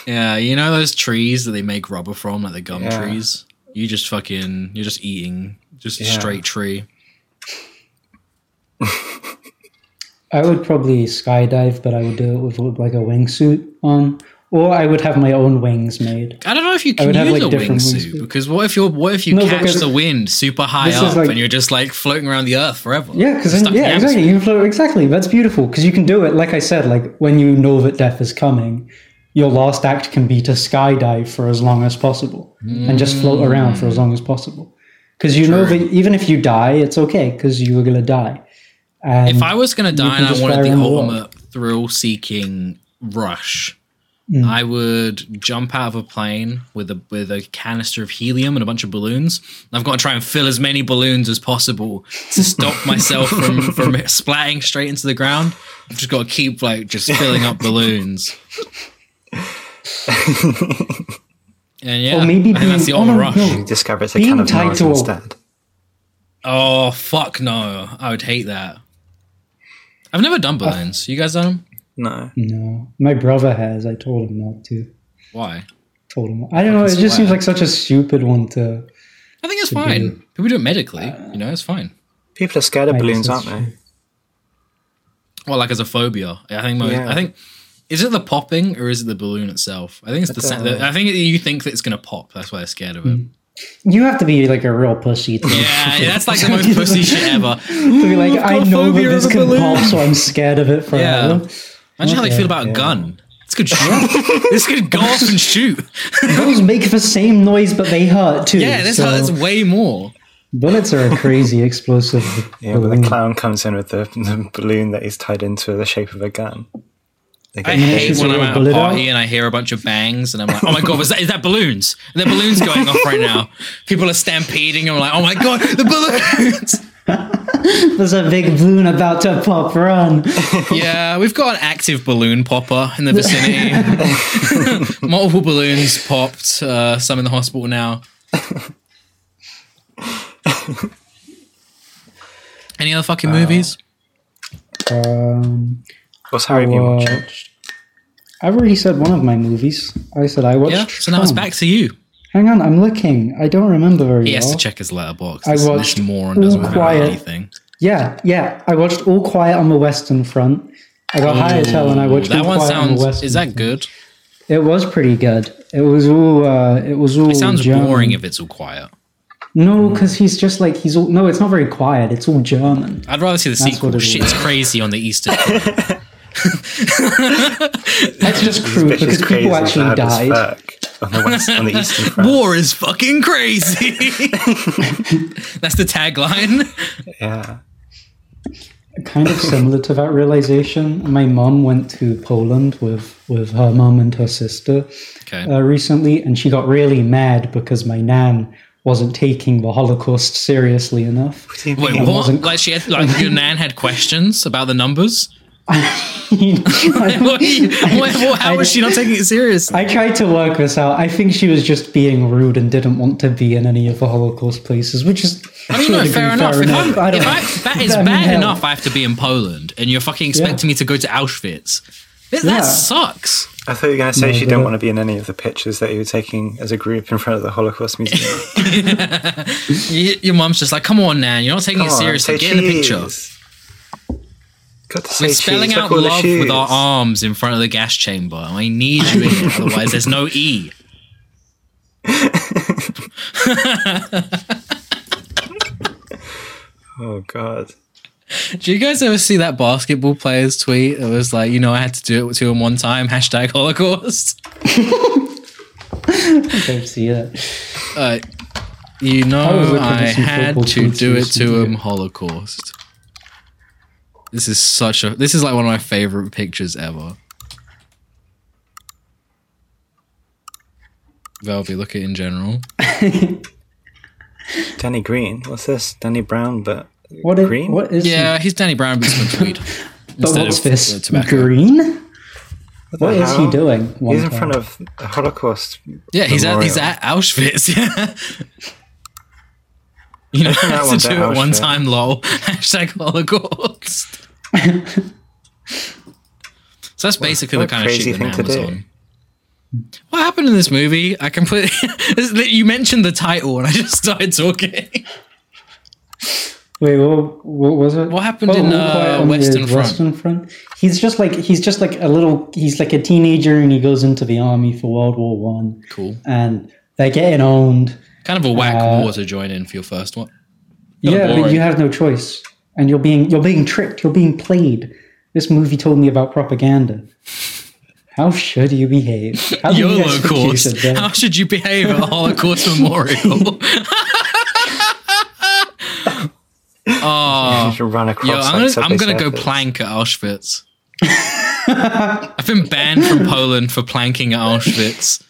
Yeah, you know those trees that they make rubber from, like the gum Yeah. trees? You just fucking, you're just eating just a Yeah. straight tree. I would probably skydive, but I would do it with like a wingsuit on, or I would have my own wings made. I don't know if you I can would have, use like, a different wingsuit wingsuit. because what if you what if you No, catch because the wind super high this is up like- and you're just like floating around the earth forever? Yeah, because Stuck in the yeah, exactly. You float exactly. That's beautiful because you can do it. Like I said, like when you know that death is coming, your last act can be to skydive for as long as possible and just float around for as long as possible. Because you know True. that even if you die, it's okay because you were gonna die. And If I was going to die can and I just wanted fly the around the world. ultimate thrill seeking rush, Mm. I would jump out of a plane with a with a canister of helium and a bunch of balloons. And I've got to try and fill as many balloons as possible to stop myself from from splatting straight into the ground. I've just got to keep like just filling up balloons. And yeah, Or maybe I think that's the being- ultimate oh, no, rush. no. you discover it's a Being can of tied Mars to a- instead. Oh fuck no! I would hate that. I've never done Uh, balloons. You guys done them? No. no, my brother has. I told him not to. Why? Told him. I don't know. It Fucking just seems swear. like such a stupid one to. I think it's fine. People do Uh, it medically. You know, it's fine. People are scared of I guess balloons, aren't that's they? Well, like as a phobia, I think. Most, Yeah. I think is it the popping or is it the balloon itself? I Mm. think it's the. sa- don't know. I think you think that it's gonna pop. That's why they're scared of it. You have to be like a real pussy to, Yeah, yeah, that's like the most pussy shit ever. to be like, I've I got know that phobia this of a can balloon." pop, so I'm scared of it forever. Imagine how they Okay, feel about a gun. This could this could go off and shoot. Those make the same noise, but they hurt too. Yeah, this so hurts way more. Bullets are a crazy explosive. Yeah, but the balloon. clown comes in with the, the balloon that is tied into the shape of a gun. They I get hate it's when a I'm little at a balloon. party and I hear a bunch of bangs and I'm like, oh my god, was that is that balloons? Are there balloons going off right now? People are stampeding and I'm like, oh my god, the balloons. There's a big balloon about to pop. Run! Yeah, we've got an active balloon popper in the vicinity. Multiple balloons popped, uh, some in the hospital now. Any other fucking movies? Um, What's Harry been watching? watched- I've already said one of my movies. I said I watched. Yeah. So now it's Tron. back to you. Hang on, I'm looking. I don't remember very oh. He well. has to check his letterbox. I This, watched this moron doesn't All remember Quiet. anything. Yeah, yeah. I watched All Quiet on the Western Front. I got high as hell and I Ooh, watched that All one Quiet on sounds. the Western Is that good? Front. It was pretty good. It was all. Uh, it was all. It sounds German. boring if it's all quiet. No, because he's just like he's all. No, it's not very quiet. It's all German. I'd rather see the That's what sequel. it Shit's crazy on the Easter. That's just crude Which because is crazy people as actually loud as died. fuck on the west on the eastern front. War is fucking crazy. That's the tagline. Yeah. Kind of similar to that realization. My mum went to Poland with with her mum and her sister, Okay. uh, recently, and she got really mad because my nan wasn't taking the Holocaust seriously enough. Wait, it what? wasn't- Like she had, like your nan had questions about the numbers. What- what- How was she not taking it serious? I tried to work this out. I think she was just being rude and didn't want to be in any of the Holocaust places, which is I mean, to a no, degree fair enough. If, I'm, but I don't if know. I, that is I mean, bad hell. enough, I have to be in Poland, and you're fucking expecting me to go to Auschwitz. That, that Yeah. sucks. I thought you were going to say she didn't but- want to be in any of the pictures that you were taking as a group in front of the Holocaust Museum. Y- your mum's just like, come on, Nan, you're not taking it seriously. Get in the picture. Got to say We're spelling cheese. out Look all the love with our shoes. arms in front of the gas chamber. I need you in it, otherwise there's no E. Oh god. Do you guys ever see that basketball player's tweet? It was like, you know, I had to do it to him one time, hashtag Holocaust. Don't see it. Uh, you was know, looking at I some football had to tweets do it to recently. him, Holocaust. This is such a. This is like one of my favorite pictures ever. Velvy, look at it in general. Danny Green. What's this? Danny Brown, but What is, Green? what is Yeah, he's Danny Brown, but he's from Tweed. but instead what's of, uh, this? tobacco. Green? What, the What is he hell? doing? One He's in time. front of the Holocaust. Yeah, he's at, he's Memorial. at Auschwitz. Yeah. You know, I had one's to at do it one Auschwitz. time, lol. Hashtag Holocaust. so that's basically what the kind of crazy shit that thing man to was do. on. What happened in this movie? I completely. you mentioned the title and I just started talking. Wait, what, what was it? What happened Oh, in, All Quiet uh, on the Western Front? Western Front. He's just like he's just like a little. He's like a teenager, and he goes into the army for World War One, Cool. and they're getting owned. Kind of a whack Uh, war to join in for your first one. yeah, but boring. you have no choice, and you're being you're being tricked. You're being played. This movie told me about propaganda. How should you behave? How do you YOLO guys think you course. should behave? How should you behave at a Holocaust memorial? oh, You should run across. yo, like, I'm gonna, subway I'm gonna go surface. plank at Auschwitz. I've been banned from Poland for planking at Auschwitz.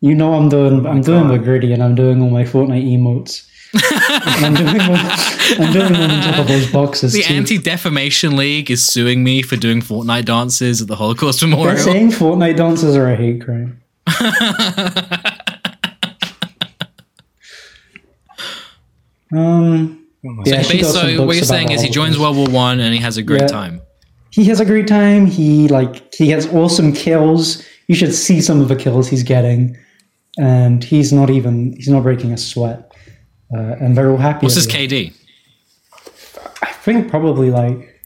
You know I'm doing I'm doing the gritty and I'm doing all my Fortnite emotes. and I'm doing them, I'm doing them on top of those boxes The too. Anti Defamation League is suing me for doing Fortnite dances at the Holocaust They're memorial. saying Fortnite dances are a hate crime. um yeah, she got some So books what you're about saying the is he joins Holocaust. World War One and he has a great Yeah. time. he has a great time. He like he gets awesome kills. You should see some of the kills he's getting, and he's not even he's not breaking a sweat. Uh, and they're all happy. What's his over it. KD? I think probably like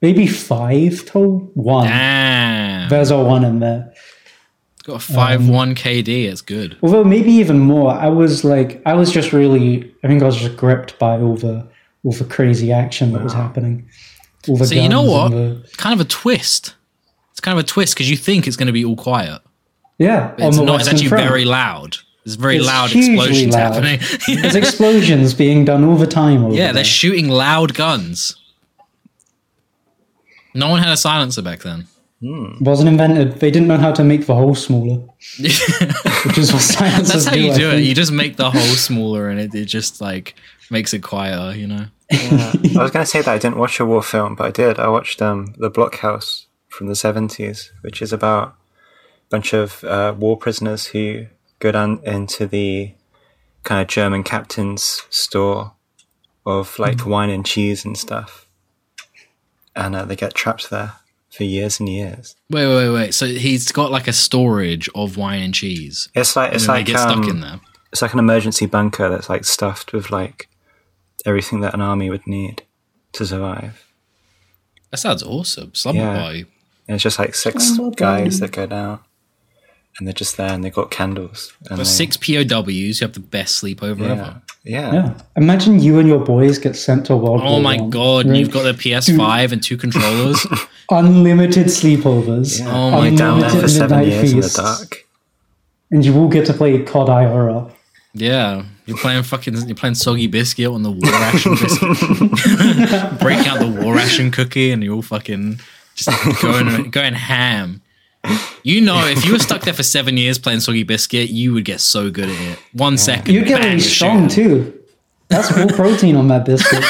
maybe five to one. Damn, There's a one in there. got a um, five one KD. It's good. Although maybe even more. I was like I was just really I think I was just gripped by all the all the crazy action that was happening. All the So you know guns and what? the- kind of a twist. It's kind of a twist because you think it's going to be all quiet. yeah, It's on the not. It's Western actually Front. very loud. There's very It's loud hugely explosions loud. happening. There's explosions being done all the time. Over yeah, there. they're shooting loud guns. No one had a silencer back then. wasn't invented. They didn't know how to make the hole smaller, which is what science That's is how you I do it. think. You just make the hole smaller, and it, it just like makes it quieter. You know. I was going to say that I didn't watch a war film, but I did. I watched um, The Blockhouse from the 70s, which is about a bunch of uh, war prisoners who go down into the kind of German captain's store Mm-hmm. of like wine and cheese and stuff. And uh, they get trapped there for years and years. Wait, wait, wait, wait. So he's got like a storage of wine and cheese. It's like it's and like they get um, stuck in there. it's like an emergency bunker that's like stuffed with like everything that an army would need to survive. That sounds awesome. Slumber yeah. Party. And it's just like six Slumber guys that go down, and they're just there, and they've got candles. And But they- six POWs who have the best sleepover Yeah, ever. yeah. Yeah. Imagine you and your boys get sent to World Oh War my One, god, right? you've got the PS5 and two controllers. unlimited sleepovers. Oh my You're down there unlimited for seven midnight years in the feasts, dark. And you all get to play COD IRL. Yeah, you're playing fucking you're playing soggy biscuit on the war ration biscuit. Break out the war ration cookie and you're all fucking just going going ham. You know, if you were stuck there for seven years playing soggy biscuit, you would get so good at it. One second, You get bang, you're really strong shooting. too. That's full protein on that biscuit.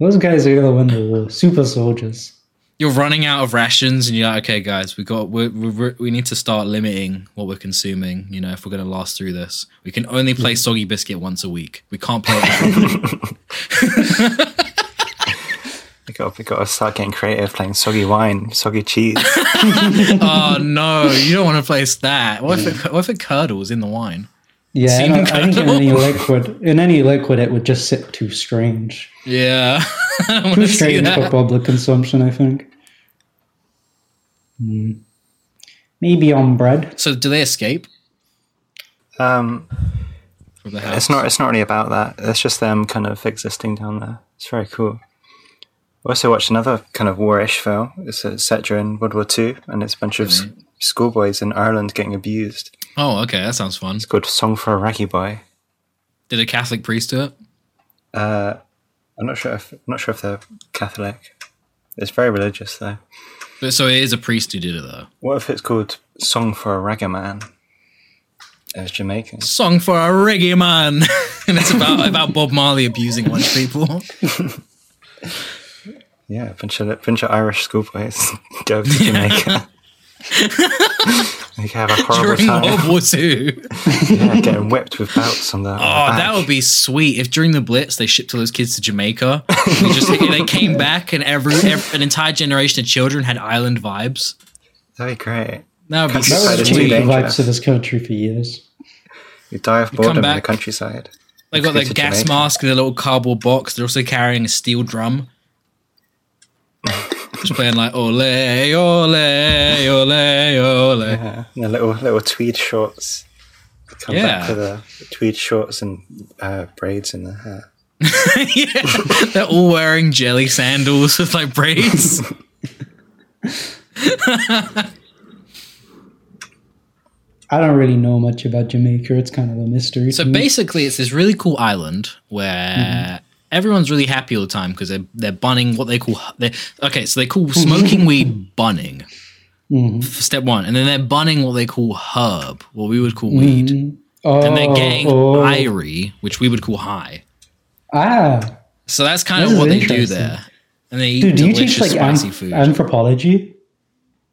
Those guys are gonna win the war. Super soldiers. You're running out of rations, and you're like, okay, guys, we got we we we need to start limiting what we're consuming. You know, if we're gonna last through this, we can only play soggy biscuit once a week. We can't play. it We got we got to start getting creative, playing soggy wine, soggy cheese. oh no, you don't want to place that. What if it, what if it curdles in the wine? Yeah, I, Seem don't- I think in incredible. any liquid, in any liquid, it would just sit too strange, Yeah. I want too to see strange for that. public consumption. I think. Hmm. Maybe on bread. So do they escape Um, from the house? it's not it's not really about that. It's just them kind of existing down there. It's very cool. I also watched another kind of war-ish film. It's uh, set during World War Two, and it's a bunch of s- schoolboys in Ireland getting abused. Oh, okay. That sounds fun. It's called "Song for a Raggy Boy." Did a Catholic priest do it? I'm not sure if I'm not sure if they're Catholic. It's very religious though. But so it is a priest who did it though. What if it's called "Song for a Ragga Man"? It's Jamaican. Song for a reggae man, and it's about about Bob Marley abusing white people. Yeah, a bunch of bunch of Irish schoolboys go to Jamaica. they have a horrible during time. World War Two. Yeah, getting whipped with belts on the. Oh, that would be sweet if during the Blitz they shipped all those kids to Jamaica. They just they came back and every, every an entire generation of children had island vibes. That'd be great. That would be That That Countryside would is change too the sweet. vibes dangerous. of this country for years. You die of boredom in the back. countryside. They got Let's their go to gas Jamaica. mask in a little cardboard box. They're also carrying a steel drum. Just playing like ole, ole, ole, ole. Yeah, and the little little tweed shorts. Come Yeah. back to the tweed shorts and uh, braids in the hair. yeah. They're all wearing jelly sandals with like braids. I don't really know much about Jamaica. It's kind of a mystery. So to me. basically, it's this really cool island where everyone's really happy all the time because they're they're bunning what they call they okay, so they call smoking weed bunning. For Step one, and then they're bunning what they call herb, what we would call weed, oh, and they're getting oh. irie, which we would call high. ah, So that's kind This of is what they do interesting. there, and they eat dude, do you delicious teach like spicy anth- food. anthropology?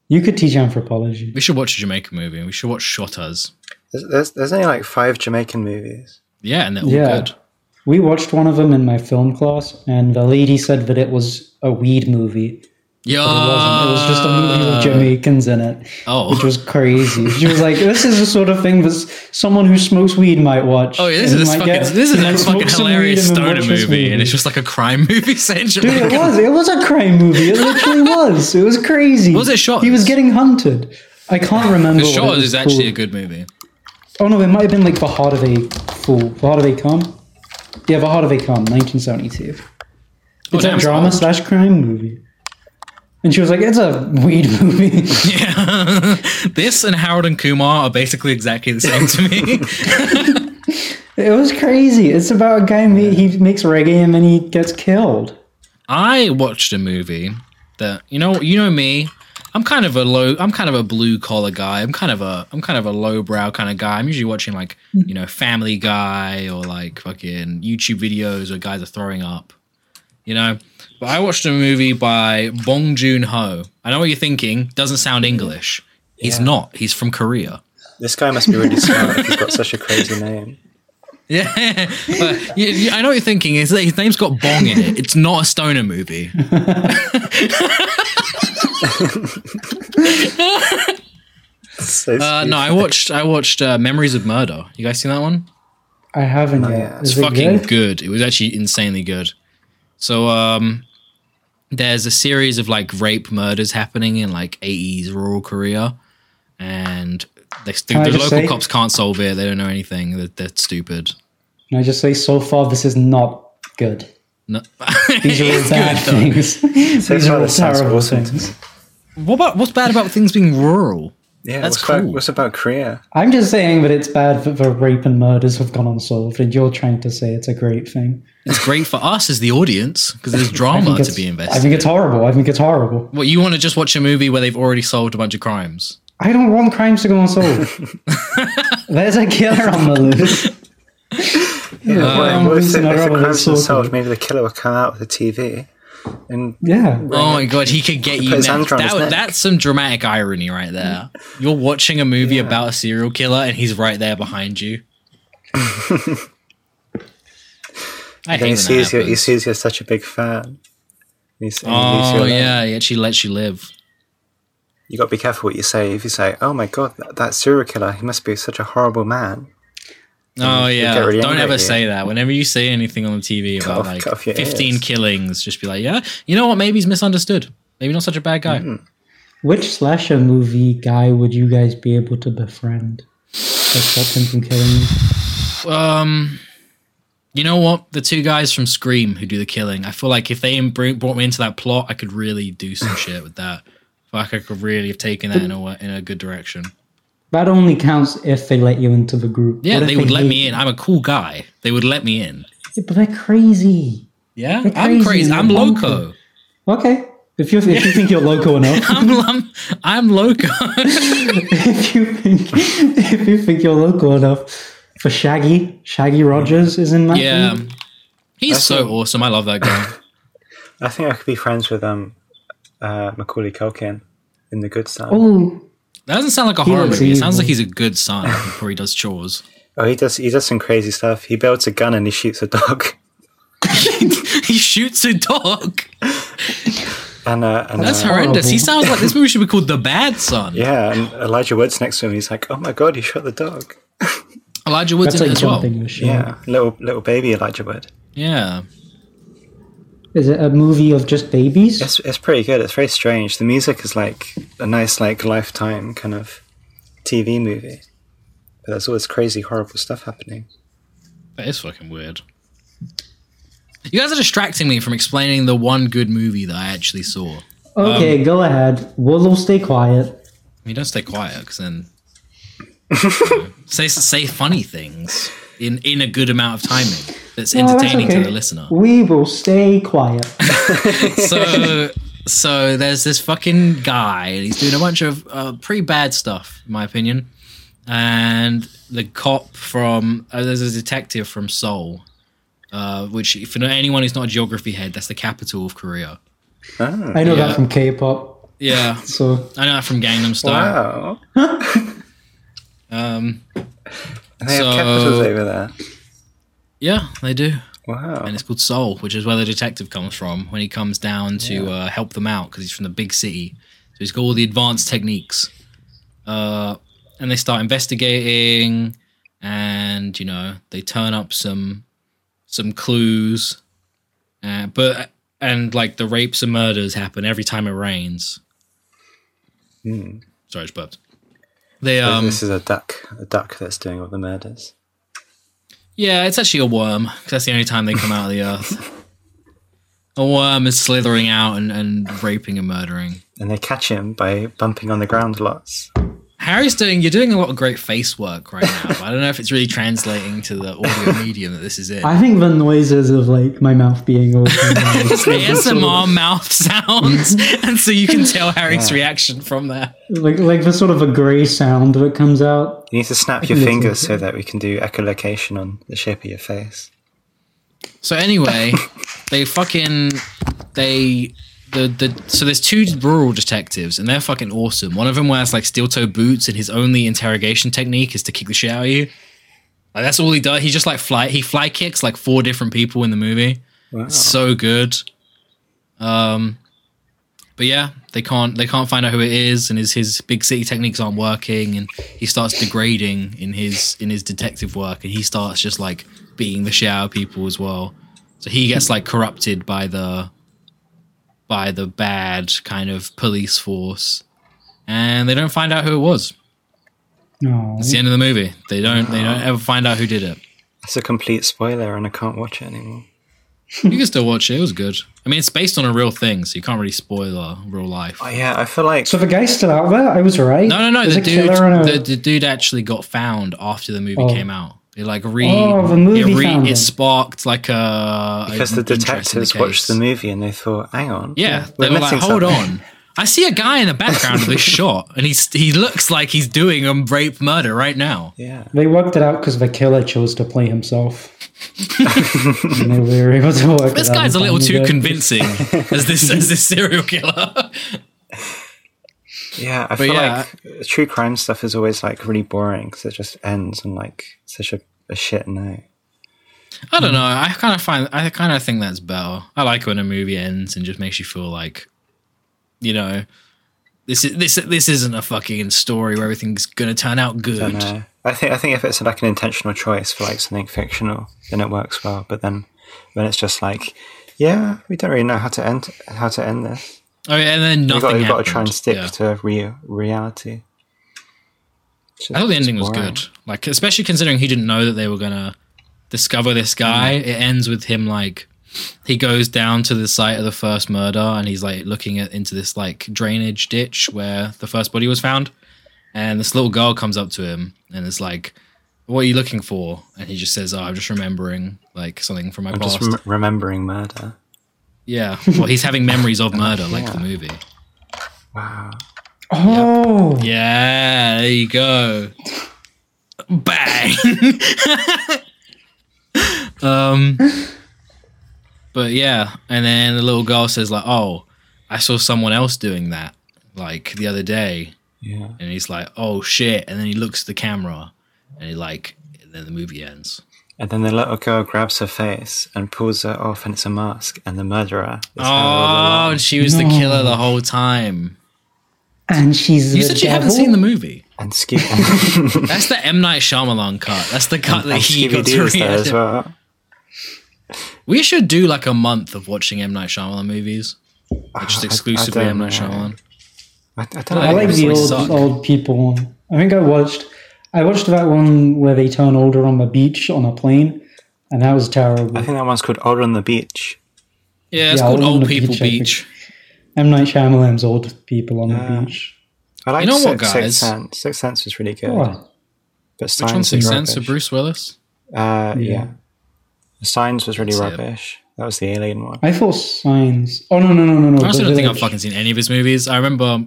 You could teach anthropology. we should watch a Jamaican movie. We should watch Shotas. There's, there's there's only like five Jamaican movies. Yeah, and they're all Yeah. good. We watched one of them in my film class, and the lady said that it was a weed movie. Yeah, It wasn't. It was just a movie Uh. with Jamaicans in it, which Oh, was crazy. She was like, "This is the sort of thing that s- someone who smokes weed might watch." Oh yeah, this And is a might fucking, get- this is might a smoke fucking some weed hilarious and then stoner watch movie, this and it's just like a crime movie essentially. Dude, it was. It was a crime movie. It literally was. It was crazy. Was it Shots? He was getting hunted. I can't remember. The what it Shores was is actually a called. good movie. Oh no, it might have been like Bahadave Fool. Bahadave Come? Yeah, Bahadave Come, 1972. Oh, It's damn, a it's drama old. slash crime movie. And she was like, it's a weed movie. Yeah, this and Harold and Kumar are basically exactly the same to me. it was crazy. It's about a guy, ma- he makes reggae and then he gets killed. I watched a movie that you know you know me. I'm kind of a low. I'm kind of a blue collar guy. I'm kind of a I'm kind of a lowbrow kind of guy. I'm usually watching like you know Family Guy or like fucking YouTube videos where guys are throwing up, you know. But I watched a movie by Bong Joon Ho. I know what you're thinking. Doesn't sound English. He's Yeah. not. He's from Korea. This guy must be really smart if he's got such a crazy name. Yeah, but you, you, I know what you're thinking. Is that his name's got Bong in it? It's not a stoner movie. So Uh, no, I watched. I watched uh, Memories of Murder. You guys seen that one? I haven't yet. yeah. Is It's it fucking good? good? It was actually insanely good. So um there's a series of like rape murders happening in like 80s rural Korea and they, the, I the just local say- cops can't solve it. They don't know anything. They're, they're stupid. Can I just say, so far, this is not good. No. These are all bad things. These far, are all this sounds terrible awesome to things. what about what's bad about things being rural? Yeah, That's what's cool. About, what's about Korea? I'm just saying that it's bad that the rape and murders have gone unsolved, and you're trying to say it's a great thing. It's great for us as the audience because there's I think drama to it's- be I invested. think it's horrible. I think it's horrible. What you want to just watch a movie where they've already solved a bunch of crimes? I don't want crimes to go unsolved. There's a killer on the loose. Yeah, well, Um, what if, the- I'd if the rather crime's sort been of- solved, maybe the killer will come out with a TV and Yeah. Oh my god, he could get you. his Now. hand around That, his would- neck. that's some dramatic irony right there. You're watching a movie about a serial killer, and he's right there behind you. I hate then he when that sees you. He happens. sees you're such a big fan. He's, and he leaves Oh you alone. yeah, he actually lets you live. You got to be careful what you say. If you say, "Oh my god, that, that serial killer, he must be such a horrible man," Oh you yeah, get really don't angry ever at you. say that. Whenever you say anything on the TV about off- like cut off your fifteen ears. killings, just be like, yeah, you know what? Maybe he's misunderstood. Maybe not such a bad guy. Which slasher movie guy would you guys be able to befriend to stop him from killing you? Um, you know what? The two guys from Scream who do the killing. I feel like if they bring, brought me into that plot, I could really do some shit with that. Like I could really have taken that in a wa- in a good direction. That only counts if they let you into the group. Yeah, What if they would let hate me in. I'm a cool guy. They would let me in. you? But they're crazy. Yeah, They're I'm crazy. crazy. I'm They're loco. Okay. If you, if you think you're loco enough, I'm I'm, I'm loco. if you think if you think you're local enough for Shaggy, Shaggy Rogers is in that. yeah, thing. he's That's so a- awesome. I love that guy. I think I could be friends with um, uh, Macaulay Culkin in The Good Son. Oh. Oh, That doesn't sound like a horror looks movie. It sounds evil. like he's a good son before he does chores. Oh, he does. He does some crazy stuff. He builds a gun and he shoots a dog. he shoots a dog. And uh, and That's uh, horrendous. He horrible. sounds like this movie should be called The Bad Son. yeah. And Elijah Woods next to him. He's like, "Oh my god, he shot the dog." Elijah Wood's that's in it like as well. jumping the shark. Yeah, little little baby Elijah Wood. Yeah. Is it a movie of just babies? It's it's pretty good. It's very strange. The music is like a nice like lifetime kind of TV movie, but there's all this crazy horrible stuff happening. That is fucking weird. You guys are distracting me from explaining the one good movie that I actually saw. I Um, Okay, go ahead. We'll, we'll stay quiet. mean, don't stay quiet because then you know, say say funny things in in a good amount of timing that's No, that's entertaining okay. to the listener. We will stay quiet. So so there's this fucking guy and he's doing a bunch of uh, pretty bad stuff, in my opinion. And the cop from uh, there's a detective from Seoul, uh, which for anyone who's not a geography head, that's the capital of Korea. I know Yeah. that from K-pop. Yeah, So I know that from Gangnam Style. Wow. Um, And they have So- capitals over there. yeah, they do, Wow. and it's called Seoul, which is where the detective comes from when he comes down to uh, help them out because he's from the big city, so he's got all the advanced techniques. Uh, and they start investigating, and you know they turn up some some clues, uh, but and like the rapes and murders happen every time it rains. Sorry, I just burped. They um. this is a duck. A duck that's doing all the murders. Yeah, it's actually a worm because that's the only time they come out of the earth. A worm is slithering out and, and raping and murdering. And they catch him by bumping on the ground lots. Harry's doing, you're doing a lot of great face work right now. but I don't know if it's really translating to the audio medium that this is in. I think the noises of like my mouth being open. It's ASMR mouth sounds. and so you can tell Harry's reaction from there. like like the sort of a grey sound that comes out. You need to snap your think that's fingers so that we can do echolocation on the shape of your face. So anyway, they fucking they the the so there's two rural detectives and they're fucking awesome. One of them wears like steel toe boots and his only interrogation technique is to kick the shit out of you. Like that's all he does. He just like fly he fly kicks like four different people in the movie. Wow. So good. Um but yeah, they can't they can't find out who it is and his his big city techniques aren't working and he starts degrading in his in his detective work and he starts just like beating the shit out of people as well. So he gets like corrupted by the by the bad kind of police force. And they don't find out who it was. No. It's the end of the movie. They don't they don't ever find out who did it. It's a complete spoiler, and I can't watch it anymore. You can still watch it. It was good. I mean, it's based on a real thing, so you can't really spoil uh, real life. Oh yeah, I feel like So the guy's still out there. I was right. No, no, no. There's The a dude, killer and a- the, the dude actually got found after the movie Oh. came out. It like re, Oh, the movie it, found him. it sparked like a because an interest the in detectives watched the case. movie and they thought, "Hang on, Yeah, we're they were like, missing hold something." on. I see a guy in the background of this shot, and he's he looks like he's doing a rape murder right now. Yeah, They worked it out because the killer chose to play himself. and they were able to work This it out guy's a and little find too the- convincing as this as this serial killer. yeah. I feel yeah. like uh, true crime stuff is always like really boring because it just ends on like such a, a shit note. I don't know. I kind of find I kind of think that's better. I like when a movie ends and just makes you feel like, you know, this is this this isn't a fucking story where everything's gonna turn out But, good. uh, I think I think if it's like an intentional choice for like something fictional, then it works well. But then when it's just like, yeah, we don't really know how to end how to end this. Oh, yeah, and then You've nothing. got, you've got to happened. try and stick Yeah. to real reality. It's just- I thought the it's ending was boring. good. Like, especially considering he didn't know that they were gonna discover this guy. Mm-hmm. It ends with him like he goes down to the site of the first murder and he's like looking at into this like drainage ditch where the first body was found. And this little girl comes up to him and is like, What are you looking for? And he just says, Oh, I'm just remembering like something from my I'm past. just rem- remembering murder. yeah. Well, he's having memories of murder, like the Oh, Yeah. movie. Wow. Oh, Yeah, there you go. Bang. um but yeah, and then the little girl says like, "Oh, I saw someone else doing that like the other day." Yeah. And he's like, "Oh shit." And then he looks at the camera and he like and then the movie ends. And then the little girl grabs her face and pulls her off, and it's a mask. And the murderer. Is her Oh, and she was the killer the whole time. and she's. You the said you haven't devil? seen the movie. and Scoo- and, That's the M Night Shyamalan cut. That's the cut that and he Scooby got to Doo's there read. as well. We should do like a month of watching M Night Shyamalan movies, like I- just I exclusively don't M Night know. Shyamalan. I, I don't know. I like They the really old suck. old people. I think I watched. I watched that one where they turn older on the beach on a plane, and that was terrible. I think that one's called Old on the Beach. Yeah, it's Yeah, called Old Old Old People Beach, I think. Beach. M Night Shyamalan's old people on the Yeah. beach. I like know what, Sixth guys? Sense. Sixth Sense was really good. Oh, But Signs Which one's Sixth was Sense of rubbish. Bruce Willis? Uh, yeah. Yeah. Signs was really That's it. rubbish. That was the alien one. I thought Signs. Oh no no no no no. I honestly The don't think I've Village. fucking seen any of his movies. I remember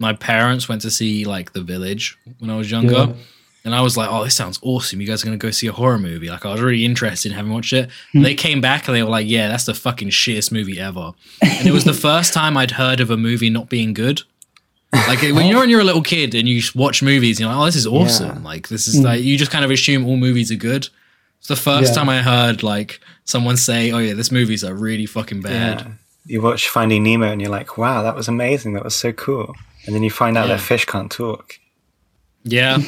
my parents went to see like The Village when I was younger. Yeah. And I was like, oh, this sounds awesome. You guys are going to go see a horror movie. Like, I was really interested in having watched it. Hmm. And they came back and they were like, yeah, that's the fucking shittest movie ever. And it was the first time I'd heard of a movie not being good. Like, when you're, when you're a little kid and you just watch movies, you're like, oh, this is awesome. Like, this is like, you just kind of assume all movies are good. It's the first Hmm. Yeah. time I heard, like, someone say, oh, yeah, this movie's are really fucking bad. Yeah. You watch Finding Nemo and you're like, wow, that was amazing. That was so cool. And then you find out Yeah. that fish can't talk. Yeah.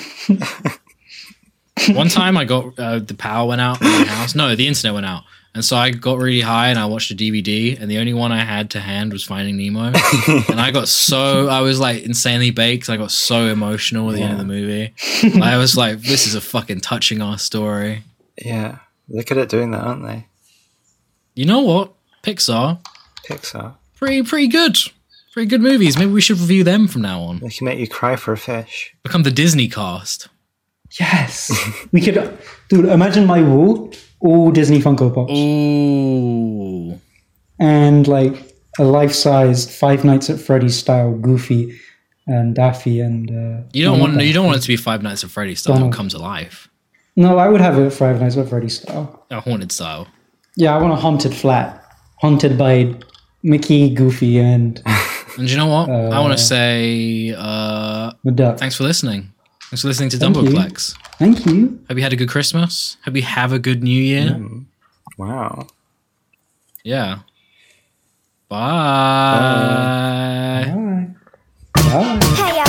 One time I got uh, the power went out in my house. No, the internet went out. And so I got really high and I watched a DVD and the only one I had to hand was Finding Nemo. and I got so I was like insanely baked. I got so emotional at the end of the movie. I was like, this is a fucking touching ass story. Yeah. They're good at doing that, aren't they? You know what? Pixar, Pixar. pretty pretty good. Pretty good movies. Maybe we should review them from now on. They can make you cry for a fish. Become the Disney cast. Yes, we could, dude. Imagine my wall, all Disney Funko Pops, Ooh. and like a life-size Five Nights at Freddy's style Goofy and Daffy and. Uh, You don't no, want not you don't want it to be Five Nights at Freddy's style. It'll Donald. come to life. Daffy. No, I would have it Five Nights at Freddy's style. A haunted style. Yeah, I want a haunted flat, haunted by Mickey, Goofy, and And you know what? I want to say uh, the duck. thanks for listening. Thanks for listening to Thank you. Dumbleplex. Thank you. Hope you had a good Christmas. Hope you have a good New Year. Wow. Yeah. Bye. Bye. Bye. Hey,